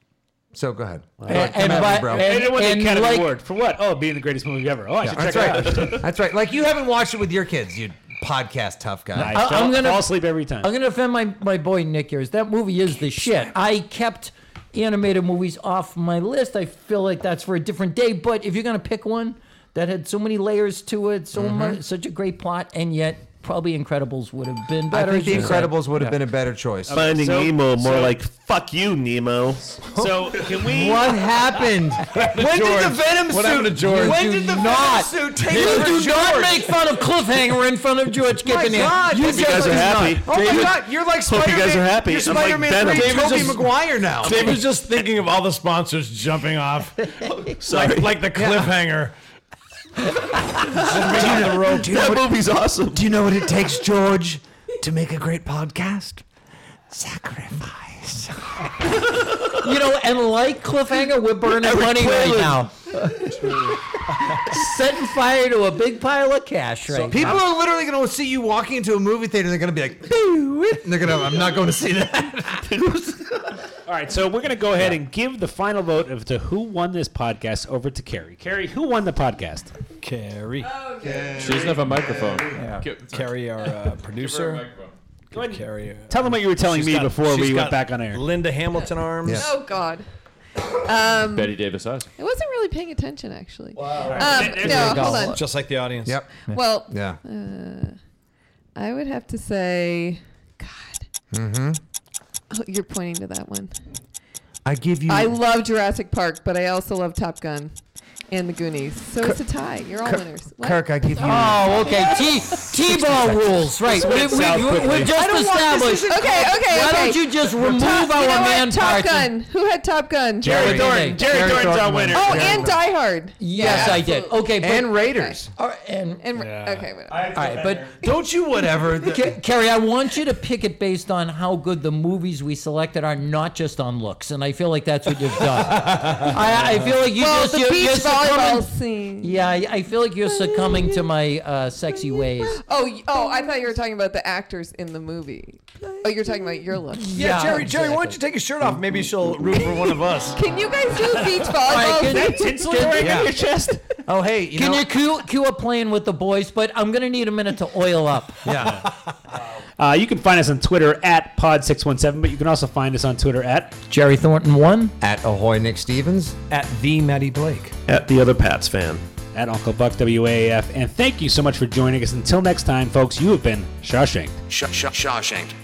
Speaker 7: So go ahead. Go ahead, come
Speaker 3: and
Speaker 7: at
Speaker 3: by-
Speaker 7: me, bro.
Speaker 3: and-
Speaker 6: And it won the
Speaker 3: and
Speaker 6: Academy
Speaker 3: like-
Speaker 6: Award for what? Oh, being the greatest movie ever. Oh, I should check
Speaker 7: that's
Speaker 6: it out.
Speaker 7: right. that's right. Like you haven't watched it with your kids, you podcast tough guy.
Speaker 6: I
Speaker 3: I-
Speaker 6: fell-
Speaker 3: I'm gonna-
Speaker 6: fall asleep every time.
Speaker 3: I'm going to offend my, my boy Nick here. Is that movie is the shit. I kept animated movies off my list. I feel like that's for a different day. But if you're going to pick one that had so many layers to it, so
Speaker 7: Mm-hmm.
Speaker 3: much, such a great plot, and yet probably Incredibles would have been
Speaker 7: I
Speaker 3: better.
Speaker 7: think
Speaker 3: as
Speaker 7: The
Speaker 3: you said.
Speaker 7: Incredibles would have
Speaker 3: Yeah.
Speaker 7: been a better choice.
Speaker 12: Finding
Speaker 6: so-
Speaker 12: Nemo, more
Speaker 6: so-
Speaker 12: like fuck you, Nemo.
Speaker 6: So can we?
Speaker 7: What happened? when
Speaker 9: George?
Speaker 7: did the Venom
Speaker 9: What
Speaker 7: suit?
Speaker 9: happened to George?
Speaker 7: When
Speaker 3: You
Speaker 7: did the
Speaker 3: do
Speaker 7: Venom
Speaker 3: not-
Speaker 7: suit
Speaker 3: You
Speaker 7: take over
Speaker 3: do not
Speaker 7: George? Oh
Speaker 3: make fun of Cliffhanger in front of George
Speaker 7: My
Speaker 3: Gibbon.
Speaker 7: God,
Speaker 3: you
Speaker 7: hope you
Speaker 3: just
Speaker 12: guys are
Speaker 3: he's
Speaker 12: happy.
Speaker 3: not.
Speaker 7: Oh my
Speaker 12: David-
Speaker 7: God, you're like
Speaker 12: Hope you
Speaker 7: Spider-Man.
Speaker 12: guys are happy.
Speaker 7: You're
Speaker 12: I'm like
Speaker 7: Spider-Man
Speaker 12: Venom.
Speaker 7: three,
Speaker 12: David's
Speaker 7: Tobey
Speaker 12: just-
Speaker 7: Maguire now.
Speaker 9: Dave was just thinking of all the sponsors jumping off,
Speaker 12: Sorry.
Speaker 9: like, like the cliffhanger. Just bring up the rope.
Speaker 12: that movie's awesome.
Speaker 4: Do you know what it takes, George, to make a great podcast? Sacrifice.
Speaker 3: You know, and like Cliffhanger, we're burning
Speaker 12: Eric
Speaker 3: money
Speaker 12: Quaylen.
Speaker 3: right now. Setting fire to a big pile of cash right now.
Speaker 7: People are literally going to see you walking into a movie theater. They're going to be like, "Boo," and they're going to. I'm not going to see that.
Speaker 6: All right, so we're going to go ahead and give the final vote of to who won this podcast over to Carrie. Carrie, who won the podcast?
Speaker 9: Carrie,
Speaker 3: Uh,
Speaker 8: She doesn't have a microphone. Gi-
Speaker 9: Carrie, our uh, producer.
Speaker 6: Go ahead. and
Speaker 9: Carrie.
Speaker 6: Tell them what you were telling
Speaker 9: She's
Speaker 6: me
Speaker 9: got-
Speaker 6: before
Speaker 9: she's
Speaker 6: we
Speaker 9: got
Speaker 6: went back on air.
Speaker 9: Linda Hamilton arms.
Speaker 7: Yeah.
Speaker 15: Oh God. Um,
Speaker 8: Betty Davis eyes.
Speaker 15: I wasn't really paying attention actually.
Speaker 6: There-
Speaker 15: Um,
Speaker 6: there's
Speaker 15: no,
Speaker 6: the
Speaker 15: hold
Speaker 6: gauntlet.
Speaker 15: on.
Speaker 9: Just like the audience.
Speaker 7: Yep.
Speaker 15: Well,
Speaker 7: Yeah.
Speaker 15: uh, I would have to say,
Speaker 7: Mm-hmm. Hmm.
Speaker 15: oh, you're pointing to that one.
Speaker 7: I give you.
Speaker 15: I love Jurassic Park, but I also love Top Gun and The Goonies. So it's a tie. You're all
Speaker 7: Kirk-
Speaker 15: winners. What?
Speaker 7: Kirk, uh, I give you.
Speaker 3: Oh, okay. T T-ball rules, right? We,
Speaker 6: went
Speaker 3: we,
Speaker 6: south
Speaker 3: we,
Speaker 6: quickly.
Speaker 3: we're just established.
Speaker 15: Okay, okay, okay.
Speaker 3: Why don't you just remove
Speaker 15: Top,
Speaker 3: our
Speaker 15: you know what?
Speaker 3: man
Speaker 15: Top
Speaker 3: parts and-
Speaker 15: Gun. Who had Top Gun?
Speaker 6: Jerry
Speaker 7: Jerry
Speaker 6: Thornton.
Speaker 3: Thornton.
Speaker 6: Jerry,
Speaker 7: Jerry
Speaker 6: Thornton's our
Speaker 7: Thornton
Speaker 6: winner.
Speaker 15: Oh,
Speaker 7: Yeah.
Speaker 15: and Die Hard.
Speaker 3: Yes,
Speaker 7: Yeah.
Speaker 3: I did. Okay, but,
Speaker 7: and Raiders.
Speaker 3: all right, and,
Speaker 15: And okay, whatever.
Speaker 3: all right, but
Speaker 7: Don't you whatever. the-
Speaker 3: Ke- Kerry, I want you to pick it based on how good the movies we selected are, not just on looks. And I feel like that's what you've done. I, I feel like you
Speaker 15: well,
Speaker 3: just
Speaker 15: the
Speaker 3: you're,
Speaker 15: beach
Speaker 3: you're succumbing.
Speaker 15: volleyball scene.
Speaker 3: Yeah, I, I feel like you're succumbing to my uh, sexy ways.
Speaker 15: Oh, y- oh, I thought you were talking about the actors in the movie. Oh, you're talking about your look.
Speaker 9: Yeah,
Speaker 3: Yeah,
Speaker 9: Jerry, Jerry, why don't you take your shirt off? Maybe she'll root for one of us.
Speaker 15: Can you guys do beach
Speaker 3: right,
Speaker 15: volleyball?
Speaker 3: can-
Speaker 15: scene?
Speaker 6: That tinsel ring
Speaker 7: Yeah.
Speaker 6: on your chest.
Speaker 7: oh, hey, you
Speaker 3: Can
Speaker 7: know.
Speaker 3: you cue, cue a plane with the boys? But I'm gonna need a minute to oil up.
Speaker 7: yeah.
Speaker 6: Uh, you can find us on Twitter at Pod617, but you can also find us on Twitter at
Speaker 3: Jerry Thornton won.
Speaker 7: At ahoy, Nick Stevens.
Speaker 9: At the Maddie Blake.
Speaker 12: At the other Pats fan.
Speaker 6: at Uncle Buck WAF. And thank you so much for joining us. Until next time, folks, you have been Shawshank.
Speaker 4: Shaw- Shaw- Shawshanked.